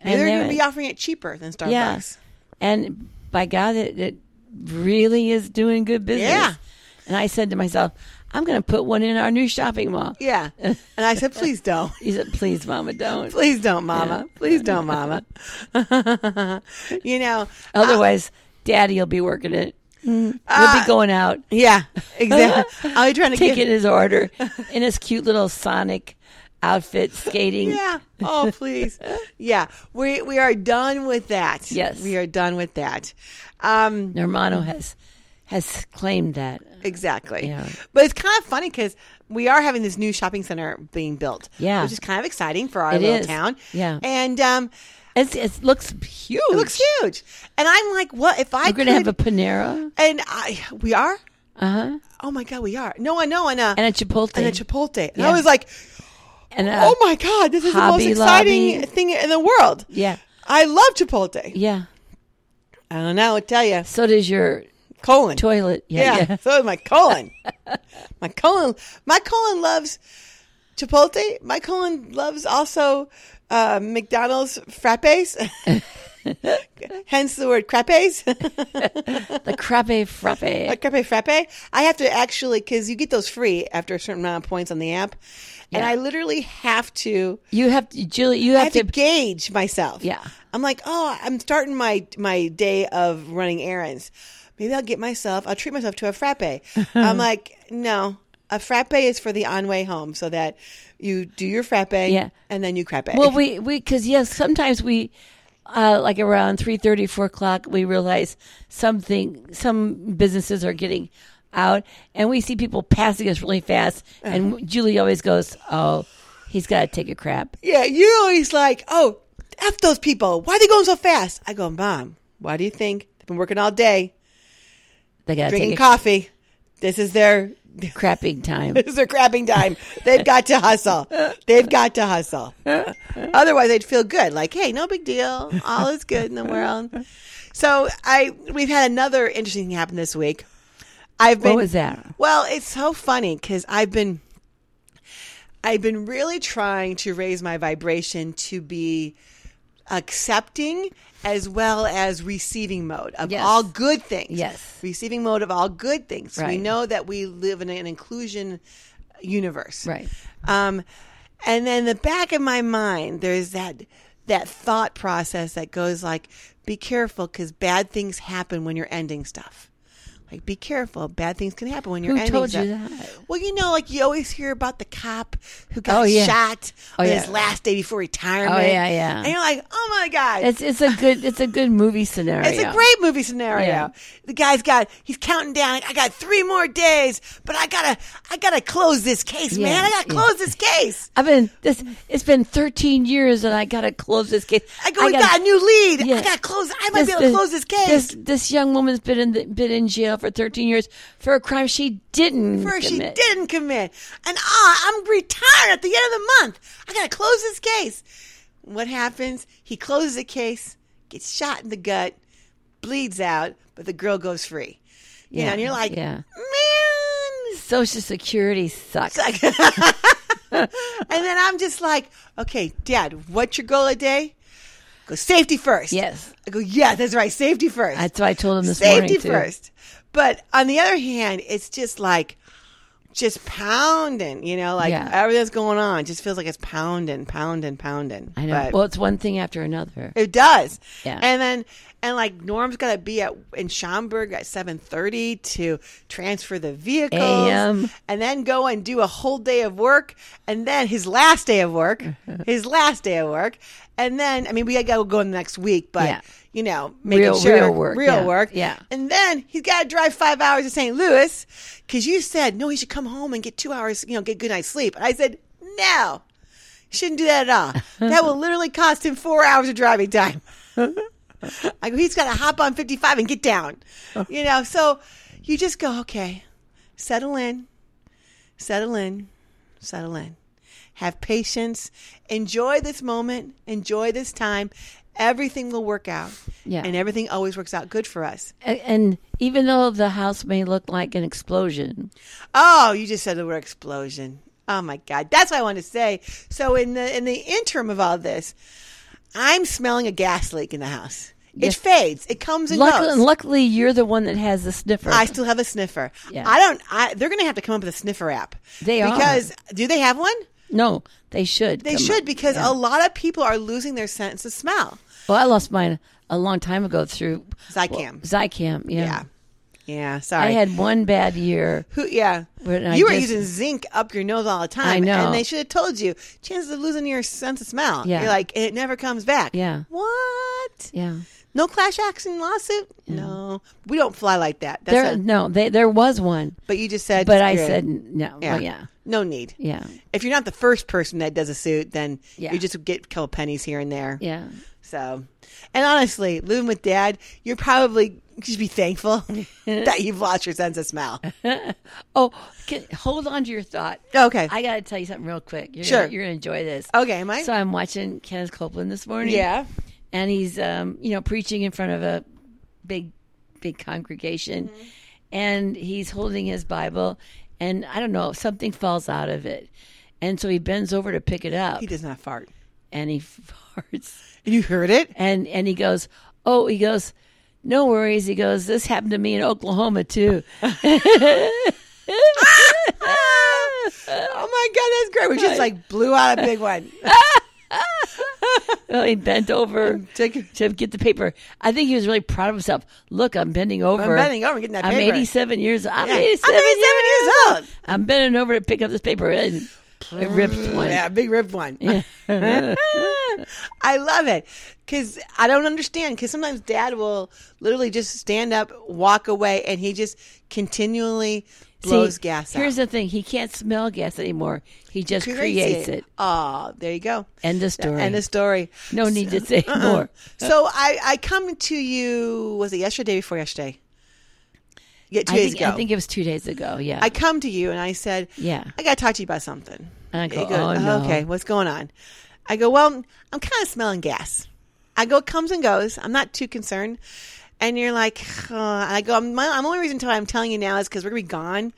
Speaker 1: And,
Speaker 2: And
Speaker 1: they're
Speaker 2: then-
Speaker 1: going to be offering it cheaper than Starbucks.
Speaker 2: Yes, And by God, it, it really is doing good business.
Speaker 1: Yeah.
Speaker 2: And I said to myself, I'm going to put one in our new shopping mall.
Speaker 1: Yeah. And I said, please don't.
Speaker 2: He said, please, Mama, don't.
Speaker 1: Please don't, Mama. Please don't, Mama. you know,
Speaker 2: Otherwise, Daddy will be working it. He'll
Speaker 1: Ah.
Speaker 2: be going out,
Speaker 1: yeah, exactly. Are you trying to get
Speaker 2: taking his order in his cute little Sonic outfit skating.
Speaker 1: Yeah. Oh, please. yeah. We we are done with that.
Speaker 2: Yes.
Speaker 1: We are done with that. Um
Speaker 2: Normano has has claimed that.
Speaker 1: exactly.
Speaker 2: Yeah.
Speaker 1: But it's kind of funny cuz we are having this new shopping center being built.
Speaker 2: Yeah.
Speaker 1: Which is kind of exciting for our
Speaker 2: It
Speaker 1: little
Speaker 2: is.
Speaker 1: town.
Speaker 2: Yeah.
Speaker 1: And um
Speaker 2: It's, it looks huge.
Speaker 1: it looks huge. And I'm like, "What if I
Speaker 2: We're going to have a
Speaker 1: could-
Speaker 2: Panera.
Speaker 1: And I we are?
Speaker 2: Uh huh.
Speaker 1: Oh my god, we are. No, I know and a
Speaker 2: And a Chipotle.
Speaker 1: and a Chipotle. And I
Speaker 2: Yeah.
Speaker 1: was like,
Speaker 2: And a-
Speaker 1: "Oh my god, this is the most
Speaker 2: Hobby
Speaker 1: exciting
Speaker 2: Lobby.
Speaker 1: thing in the world."
Speaker 2: Yeah.
Speaker 1: I love Chipotle.
Speaker 2: Yeah.
Speaker 1: I don't know what to tell you.
Speaker 2: So does your
Speaker 1: Colon.
Speaker 2: toilet.
Speaker 1: Yeah.
Speaker 2: Yeah. yeah.
Speaker 1: So is my colon. my colon. My colon loves Chipotle. My colon loves also uh, McDonald's frappes. Hence the word crappes.
Speaker 2: The crappe frappe.
Speaker 1: a crepe frappe. I have to actually, because you get those free after a certain amount of points on the app. And
Speaker 2: Yeah.
Speaker 1: I literally have to
Speaker 2: You have to, Julie, you have,
Speaker 1: I have to gauge myself.
Speaker 2: Yeah.
Speaker 1: I'm like, oh, I'm starting my my day of running errands. Maybe I'll get myself. I'll treat myself to a frappe. I'm like, no, a frappe is for the on way home, so that you do your frappe,
Speaker 2: Yeah.
Speaker 1: and then you crepe.
Speaker 2: Well, we we because yes, sometimes we uh, like around three thirty, four o'clock, we realize something. Some businesses are getting out, and we see people passing us really fast.
Speaker 1: Uh-huh.
Speaker 2: And Julie always goes, "Oh, he's got to take a crap."
Speaker 1: yeah, you're always like, oh, f those people. Why are they going so fast? I go, mom. Why do you think they've been working all day
Speaker 2: They got to
Speaker 1: drinking
Speaker 2: take a
Speaker 1: coffee? This is their
Speaker 2: crapping time.
Speaker 1: This is their crapping time. They've got to hustle. They've got to hustle. Otherwise, they'd feel good. Like, hey, no big deal. All is good in the world. So I, we've had another interesting thing happen this week. I've been.
Speaker 2: What was that?
Speaker 1: Well, it's so funny because I've been, I've been really trying to raise my vibration to be accepting as well as receiving mode of
Speaker 2: Yes.
Speaker 1: all good things.
Speaker 2: Yes.
Speaker 1: Receiving mode of all good things. We
Speaker 2: Right.
Speaker 1: know that we live in an inclusion universe.
Speaker 2: Right.
Speaker 1: Um, and then the back of my mind, there's that that thought process that goes like, "Be careful, because bad things happen when you're ending stuff." Like, be careful, bad things can happen when you're
Speaker 2: Who
Speaker 1: ending
Speaker 2: told
Speaker 1: stuff.
Speaker 2: you that?
Speaker 1: Well, you know, like you always hear about the cop who got
Speaker 2: Oh, yeah.
Speaker 1: shot
Speaker 2: Oh,
Speaker 1: on
Speaker 2: yeah.
Speaker 1: his last day before retirement.
Speaker 2: Oh, yeah, yeah.
Speaker 1: And you're like, "Oh my god,
Speaker 2: It's it's a good it's a good movie scenario.
Speaker 1: it's a great movie scenario.
Speaker 2: Yeah.
Speaker 1: The guy's got he's counting down. like, I got three more days, but I gotta I gotta close this case,
Speaker 2: Yeah,
Speaker 1: man. I gotta
Speaker 2: yeah.
Speaker 1: close this case.
Speaker 2: I've been this. It's been thirteen years, and I gotta close this case.
Speaker 1: I go, we
Speaker 2: gotta-
Speaker 1: got a new lead. I
Speaker 2: Yeah.
Speaker 1: gotta close. I might be able to close this case.
Speaker 2: This, this young woman's been in the, been in jail for 13 years for a crime she didn't
Speaker 1: for she
Speaker 2: commit.
Speaker 1: didn't commit. And ah, I'm retired at the end of the month. I gotta close this case. What happens? He closes the case, gets shot in the gut, bleeds out, but the girl goes free. You know,
Speaker 2: Yeah,
Speaker 1: and you're like,
Speaker 2: yeah.
Speaker 1: man,
Speaker 2: Social Security sucks.
Speaker 1: And then I'm just like, okay, Dad, what's your goal a day? I Go safety first.
Speaker 2: Yes.
Speaker 1: I go, yeah, that's right, safety first.
Speaker 2: That's what I told him this
Speaker 1: safety
Speaker 2: morning too.
Speaker 1: first. But on the other hand, it's just like, just pounding, you know, like
Speaker 2: Yeah.
Speaker 1: everything's going on. Just feels like it's pounding, pounding, pounding.
Speaker 2: I know.
Speaker 1: But
Speaker 2: well, it's one thing after another.
Speaker 1: it does.
Speaker 2: Yeah.
Speaker 1: And then and like Norm's got to be at in Schaumburg at seven thirty to transfer the vehicles,
Speaker 2: AM.
Speaker 1: and then go and do a whole day of work, and then his last day of work, his last day of work, and then I mean we got to go in the next week, but
Speaker 2: Yeah.
Speaker 1: you know making
Speaker 2: Real-
Speaker 1: sure
Speaker 2: real work,
Speaker 1: real
Speaker 2: yeah,
Speaker 1: work,
Speaker 2: yeah.
Speaker 1: And then he's got to drive five hours to St. Louis because you said no, he should come home and get two hours, you know, get good night's sleep. And I said no. Shouldn't do that at all. That will literally cost him four hours of driving time. I go, he's got to hop on 55 and get down. You know, so you just go, okay, settle in, settle in, settle in. Have patience. Enjoy this moment. Enjoy this time. Everything will work out.
Speaker 2: Yeah.
Speaker 1: And everything always works out good for us.
Speaker 2: And, and even though the house may look like an explosion,
Speaker 1: Oh, you just said the word explosion. Oh my god, that's what I want to say. So in the in the interim of all this, I'm smelling a gas leak in the house.
Speaker 2: Yes.
Speaker 1: It fades. It comes and
Speaker 2: luckily,
Speaker 1: goes.
Speaker 2: luckily you're the one that has the sniffer.
Speaker 1: I still have a sniffer.
Speaker 2: Yeah.
Speaker 1: I don't. I, they're going to have to come up with a sniffer app.
Speaker 2: They are.
Speaker 1: because do they have one?
Speaker 2: no, they should.
Speaker 1: They
Speaker 2: come
Speaker 1: should
Speaker 2: up.
Speaker 1: because a lot of people are losing their sense of smell.
Speaker 2: Well, I lost mine a long time ago through
Speaker 1: Zycam.
Speaker 2: Zycam. Yeah.
Speaker 1: Yeah. yeah, Yeah,
Speaker 2: I
Speaker 1: sorry.
Speaker 2: had one bad year.
Speaker 1: Who? Yeah,
Speaker 2: When I
Speaker 1: you were
Speaker 2: just-
Speaker 1: using zinc up your nose all the time.
Speaker 2: I know.
Speaker 1: and they should have told you chances of losing your sense of smell.
Speaker 2: Yeah.
Speaker 1: you're like it never comes back.
Speaker 2: Yeah.
Speaker 1: what?
Speaker 2: Yeah.
Speaker 1: No class action lawsuit? No, we don't fly like that. That's
Speaker 2: There
Speaker 1: not-
Speaker 2: no, they, there was one,
Speaker 1: but you just said.
Speaker 2: but I
Speaker 1: screw it.
Speaker 2: said no. Yeah. yeah.
Speaker 1: no need.
Speaker 2: Yeah.
Speaker 1: If you're not the first person that does a suit, then
Speaker 2: Yeah.
Speaker 1: you just get a couple pennies here and there.
Speaker 2: Yeah.
Speaker 1: So, and honestly, living with dad, you're probably you should be thankful that you've lost your sense of smell.
Speaker 2: Oh, can, hold on to your thought.
Speaker 1: Okay.
Speaker 2: I got to tell you something real quick. You're
Speaker 1: Sure.
Speaker 2: Gonna, you're going to enjoy this.
Speaker 1: Okay, am I?
Speaker 2: So I'm watching Kenneth Copeland this morning.
Speaker 1: yeah.
Speaker 2: and he's um, you know preaching in front of a big big congregation
Speaker 1: Mm-hmm.
Speaker 2: and he's holding his bible and i don't know something falls out of it and so he bends over to pick it up
Speaker 1: He does not fart.
Speaker 2: and he farts
Speaker 1: You heard it?
Speaker 2: and and he goes oh he goes no worries he goes this happened to me in oklahoma too
Speaker 1: Oh my god, that's great. We just like blew out a big one.
Speaker 2: well, he bent over
Speaker 1: Take-
Speaker 2: to get the paper i think he was really proud of himself look i'm bending over
Speaker 1: I'm bending over and getting that
Speaker 2: I'm
Speaker 1: paper.
Speaker 2: 87 years. I'm
Speaker 1: Yeah.
Speaker 2: 87
Speaker 1: I'm 87
Speaker 2: years.
Speaker 1: years old.
Speaker 2: I'm bending over to pick up this paper and I ripped one.
Speaker 1: Oh, Yeah, a big ribbed one. I love it because I don't understand. Because sometimes Dad will literally just stand up, walk away, and he just continually blows
Speaker 2: See,
Speaker 1: gas out.
Speaker 2: Here's the thing: he can't smell gas anymore. He just creates it.
Speaker 1: Oh, there you go.
Speaker 2: End of story.
Speaker 1: End of story. Uh-uh.
Speaker 2: no need to say more.
Speaker 1: So I I come to you was it yesterday before yesterday? Yeah, two
Speaker 2: I
Speaker 1: days
Speaker 2: think,
Speaker 1: ago.
Speaker 2: I think it was two days ago. Yeah.
Speaker 1: I come to you and I said,
Speaker 2: Yeah.
Speaker 1: I got to talk to you about something."
Speaker 2: And I go,
Speaker 1: You
Speaker 2: "Oh, no."
Speaker 1: okay, what's going on?" I go, "Well, I'm kind of smelling gas." I go, it "Comes and goes. I'm not too concerned." And you're like, "Huh." And "I go, I'm, my, I'm only reason why I'm telling you now is because we're gonna be gone."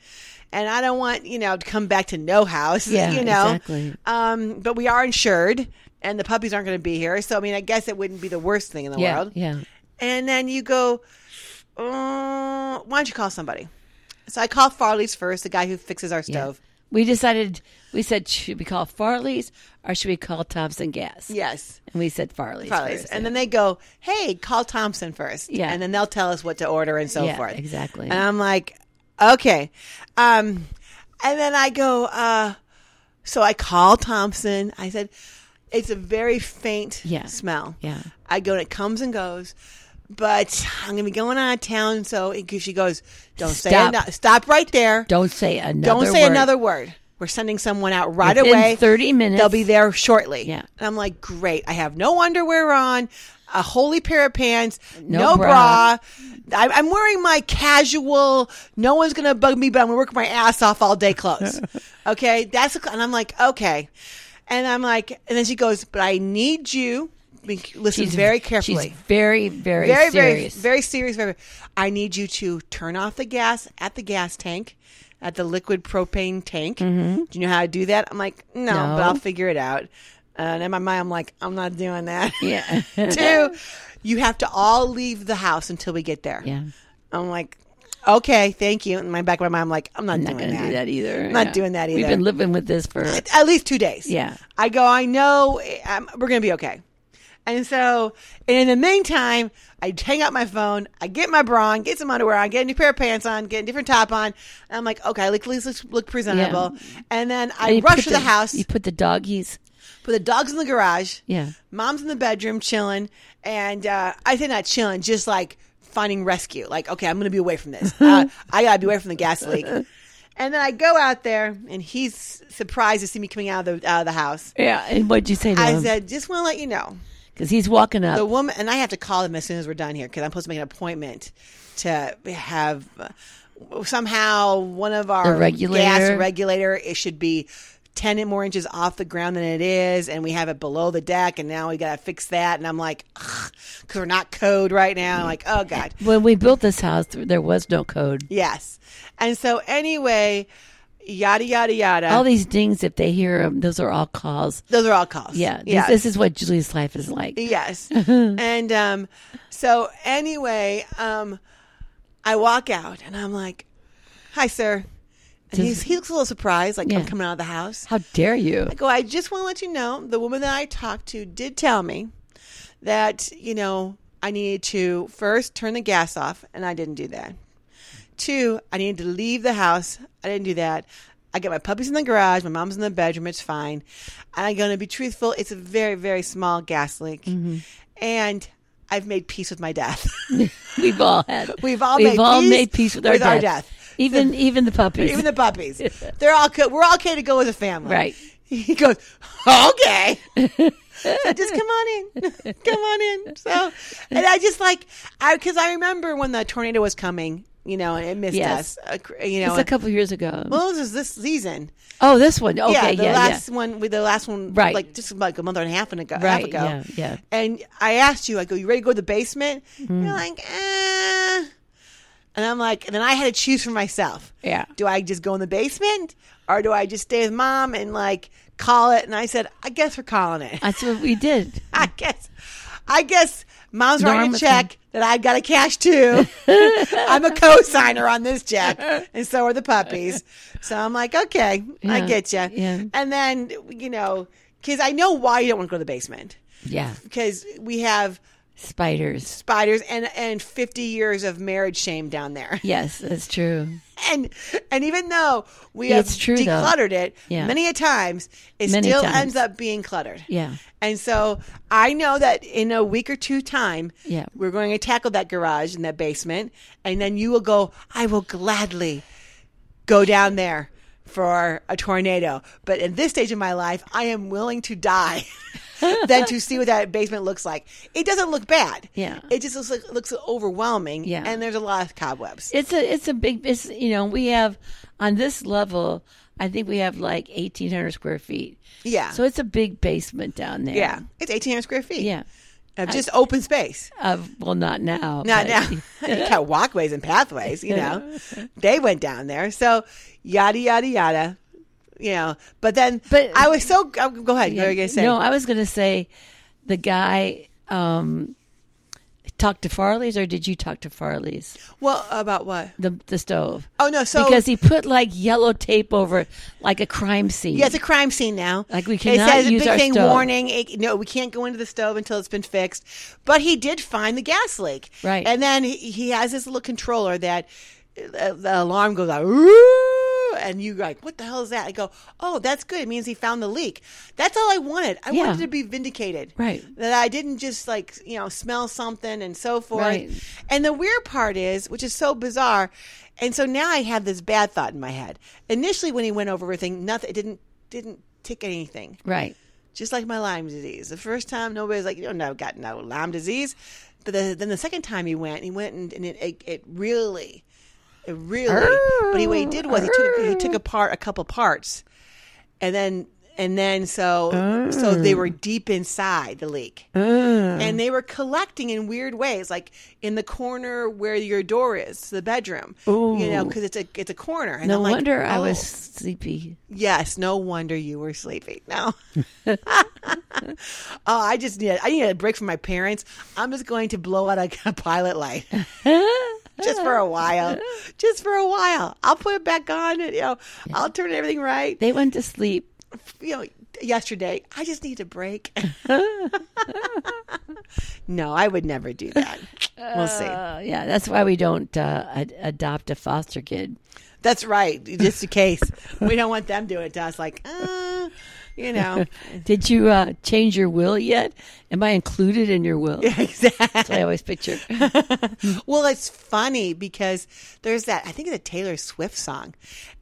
Speaker 1: And I don't want you know to come back to no house,
Speaker 2: Yeah,
Speaker 1: you know.
Speaker 2: exactly.
Speaker 1: Um, but we are insured, and the puppies aren't going to be here. So I mean, I guess it wouldn't be the worst thing in the
Speaker 2: yeah.
Speaker 1: world.
Speaker 2: Yeah.
Speaker 1: And then you go, uh, why don't you call somebody? So I call Farley's first, the guy who fixes our
Speaker 2: yeah.
Speaker 1: stove.
Speaker 2: We decided. We said, should we call Farley's or should we call Thompson Gas?
Speaker 1: Yes.
Speaker 2: And we said Farley's.
Speaker 1: Farley's.
Speaker 2: first.
Speaker 1: And then they go, hey, call Thompson first.
Speaker 2: Yeah.
Speaker 1: And then they'll tell us what to order and so
Speaker 2: Yeah,
Speaker 1: forth.
Speaker 2: exactly.
Speaker 1: And I'm like, okay. Um, and then I go, uh, so I call Thompson. I said, it's a very faint
Speaker 2: Yeah.
Speaker 1: smell.
Speaker 2: Yeah.
Speaker 1: I go, and it comes and goes. But I'm going to be going out of town. So because she goes, don't say
Speaker 2: Stop.
Speaker 1: enough. Stop right there.
Speaker 2: don't say another.
Speaker 1: Don't say
Speaker 2: word.
Speaker 1: another word. We're sending someone out right
Speaker 2: Within
Speaker 1: away.
Speaker 2: 30 minutes.
Speaker 1: They'll be there shortly.
Speaker 2: Yeah.
Speaker 1: And I'm like, great. I have no underwear on, a holy pair of pants, no,
Speaker 2: No
Speaker 1: bra.
Speaker 2: bra.
Speaker 1: I, I'm wearing my casual, no one's going to bug me, but I'm going to work my ass off all day clothes. okay. That's, the cl- and I'm like, okay. And I'm like, and then she goes, but I need you. be- Listen very carefully
Speaker 2: She's very, very,
Speaker 1: very,
Speaker 2: serious.
Speaker 1: very, very serious. Very, I need you to turn off the gas at the gas tank, at the liquid propane tank. Do you know how to do that? I'm like, no,
Speaker 2: Mm-hmm. No.
Speaker 1: but I'll figure it out. And in my mind, I'm like, I'm not doing that.
Speaker 2: Yeah.
Speaker 1: Two, you have to all leave the house until we get there.
Speaker 2: yeah.
Speaker 1: I'm like, okay, thank you. In my back of my mind, I'm like, I'm not,
Speaker 2: I'm not
Speaker 1: doing
Speaker 2: going to do that either.
Speaker 1: not
Speaker 2: Yeah.
Speaker 1: doing that
Speaker 2: We've
Speaker 1: either.
Speaker 2: been living with this for.
Speaker 1: at least two days.
Speaker 2: Yeah.
Speaker 1: I go, I know um, we're going to be okay. And so, in the meantime, I hang up my phone, I get my bra on, get some underwear on, get a new pair of pants on, get a different top on. And I'm like, okay, I look, at least look, look presentable. And then I
Speaker 2: You
Speaker 1: rush
Speaker 2: put
Speaker 1: to the, house,
Speaker 2: You put the doggies.
Speaker 1: put the dogs in the garage.
Speaker 2: Yeah.
Speaker 1: Mom's in the bedroom chilling. And uh, I say not chilling, just like finding rescue. Like, okay, I'm going to be away from this. Uh, I got to be away from the gas leak. And then I go out there, and he's surprised to see me coming out of the, out of the house.
Speaker 2: Yeah. And what'd you say to
Speaker 1: I
Speaker 2: him?
Speaker 1: said, just want to let you know
Speaker 2: Because he's walking up.
Speaker 1: the woman, and I have to call them as soon as we're done here because I'm supposed to make an appointment to have uh, somehow one of our
Speaker 2: The regulator.
Speaker 1: gas regulator. It should be. 10 and more inches off the ground than it is, and we have it below the deck, and now we got to fix that. And I'm like, because we're not code right now. I'm like, oh God.
Speaker 2: when we built this house, th- there was no code.
Speaker 1: Yes. And so, anyway, yada, yada, yada.
Speaker 2: All these dings, if they hear them, those are all calls.
Speaker 1: Those are all calls.
Speaker 2: Yeah. This,
Speaker 1: Yes.
Speaker 2: this is what Julie's life is like.
Speaker 1: Yes. and um, so anyway, um, I walk out and I'm like, "Hi, sir." And he's, he looks a little surprised, like I'm
Speaker 2: Yeah.
Speaker 1: coming out of the house.
Speaker 2: How dare you?
Speaker 1: I go, "I just want to let you know the woman that I talked to did tell me that you know I needed to first turn the gas off, and I didn't do that." Two, I needed to leave the house. I didn't do that. I get my puppies in the garage. My mom's in the bedroom. It's fine. And I'm going to be truthful. It's a very, very small gas leak. And I've made peace with my death.
Speaker 2: We've all had.
Speaker 1: We've all
Speaker 2: we've
Speaker 1: made
Speaker 2: all
Speaker 1: peace
Speaker 2: made peace with our
Speaker 1: with
Speaker 2: death.
Speaker 1: our death.
Speaker 2: Even even the puppies.
Speaker 1: Even the puppies. They're all good. We're all okay to go as a family.
Speaker 2: Right.
Speaker 1: He goes, okay. so just come on in. come on in. So, and I just like, I, cause I remember when the tornado was coming, you know, and it missed
Speaker 2: Yes.
Speaker 1: us, uh, cr- you know,
Speaker 2: it's a
Speaker 1: and-
Speaker 2: couple years ago.
Speaker 1: well, this is this season.
Speaker 2: oh, this one. Okay, yeah,
Speaker 1: yeah. The
Speaker 2: yeah.
Speaker 1: last one with the last one,
Speaker 2: Right.
Speaker 1: Like just like a month and a half and ago, half
Speaker 2: Right,
Speaker 1: ago.
Speaker 2: yeah, yeah.
Speaker 1: And I asked you, I go, you ready to go to the basement?
Speaker 2: Mm.
Speaker 1: You're like, eh. And I'm like, and then I had to choose for myself.
Speaker 2: Yeah.
Speaker 1: Do I just go in the basement or do I just stay with mom and like call it? And I said, I guess we're calling it.
Speaker 2: That's what we did.
Speaker 1: I guess, I guess mom's writing
Speaker 2: Norm
Speaker 1: a
Speaker 2: was
Speaker 1: check that I've got to cash too. I'm a co-signer on this check, and so are the puppies. So I'm like, okay, I
Speaker 2: Yeah,
Speaker 1: get you.
Speaker 2: yeah.
Speaker 1: And then you know, because I know why you don't want to go to the basement
Speaker 2: Yeah,
Speaker 1: because we have
Speaker 2: spiders.
Speaker 1: spiders and and 50 years of marriage shame down there.
Speaker 2: Yes, that's true.
Speaker 1: And and even though we
Speaker 2: Yeah,
Speaker 1: have
Speaker 2: it's true, though.
Speaker 1: decluttered it
Speaker 2: Yeah.
Speaker 1: many a times, it
Speaker 2: Many
Speaker 1: still
Speaker 2: times.
Speaker 1: ends up being cluttered.
Speaker 2: Yeah.
Speaker 1: And so I know that in a week or two time,
Speaker 2: Yeah.
Speaker 1: we're going to tackle that garage and that basement, and then you will go. I will gladly go down there for a tornado, but at this stage of my life, I am willing to die. than to see what that basement looks like. It doesn't look bad.
Speaker 2: Yeah.
Speaker 1: It just looks like, looks overwhelming.
Speaker 2: Yeah.
Speaker 1: And there's a lot of cobwebs.
Speaker 2: It's a it's a big. It's you know we have on this level. I think we have like eighteen hundred square feet.
Speaker 1: yeah.
Speaker 2: So it's a big basement down there.
Speaker 1: Yeah, it's 1,800 square feet.
Speaker 2: Yeah.
Speaker 1: of just open space.
Speaker 2: Of well, not now.
Speaker 1: Not
Speaker 2: but-
Speaker 1: now. you got walkways and pathways. You know, they went down there. So yada yada yada. You know, but then,
Speaker 2: But-
Speaker 1: I was so. oh, Go ahead. What were you gonna say?
Speaker 2: No, I was going to say the guy um, talked to Farley's, or did you talk to Farley's?
Speaker 1: well, about what?
Speaker 2: The the stove.
Speaker 1: Oh no. So
Speaker 2: because he put like yellow tape over like a crime scene.
Speaker 1: yeah, it's a crime scene now.
Speaker 2: Like, we
Speaker 1: It
Speaker 2: cannot
Speaker 1: says
Speaker 2: use
Speaker 1: a big
Speaker 2: our
Speaker 1: thing
Speaker 2: stove.
Speaker 1: warning. It, no, we can't go into the stove until it's been fixed. But he did find the gas leak.
Speaker 2: Right.
Speaker 1: And then he, he has this little controller that uh, the alarm goes out. "Ooh," And you're like, what the hell is that? I go, oh, that's good. It means he found the leak. That's all I wanted. I
Speaker 2: Yeah.
Speaker 1: wanted to be vindicated.
Speaker 2: Right.
Speaker 1: That I didn't just like, you know, smell something and so forth.
Speaker 2: Right.
Speaker 1: And the weird part is, which is so bizarre, and so now I have this bad thought in my head. Initially, when he went over everything, nothing it didn't didn't tick anything.
Speaker 2: right.
Speaker 1: Just like my Lyme disease, the first time nobody's like, you don't know, I've got no Lyme disease, but the, then the second time he went, he went and, and it, it it really, it really. But he, what he did was he took, he took apart a couple parts, and then and then so so they were deep inside the leak and they were collecting in weird ways, like in the corner where your door is to the bedroom. You know, because it's a it's a corner. And
Speaker 2: No
Speaker 1: I'm like,
Speaker 2: wonder I
Speaker 1: oh.
Speaker 2: was sleepy.
Speaker 1: Yes, no wonder you were sleeping. No. oh, I just need I need a break from my parents. I'm just going to blow out a, a pilot light. just for a while. Just for a while. I'll put it back on and you know, I'll turn everything right.
Speaker 2: They went to sleep.
Speaker 1: You know, yesterday, I just need a break. no, I would never do that. We'll see.
Speaker 2: Uh, yeah, that's why we don't uh, ad- adopt a foster kid.
Speaker 1: That's right. Just in case we don't want them doing it to us, like, uh, you know,
Speaker 2: Did you uh, change your will yet? Am I included in your will?
Speaker 1: exactly.
Speaker 2: That's what I always picture.
Speaker 1: Well, it's funny because there's that I think it's a Taylor Swift song,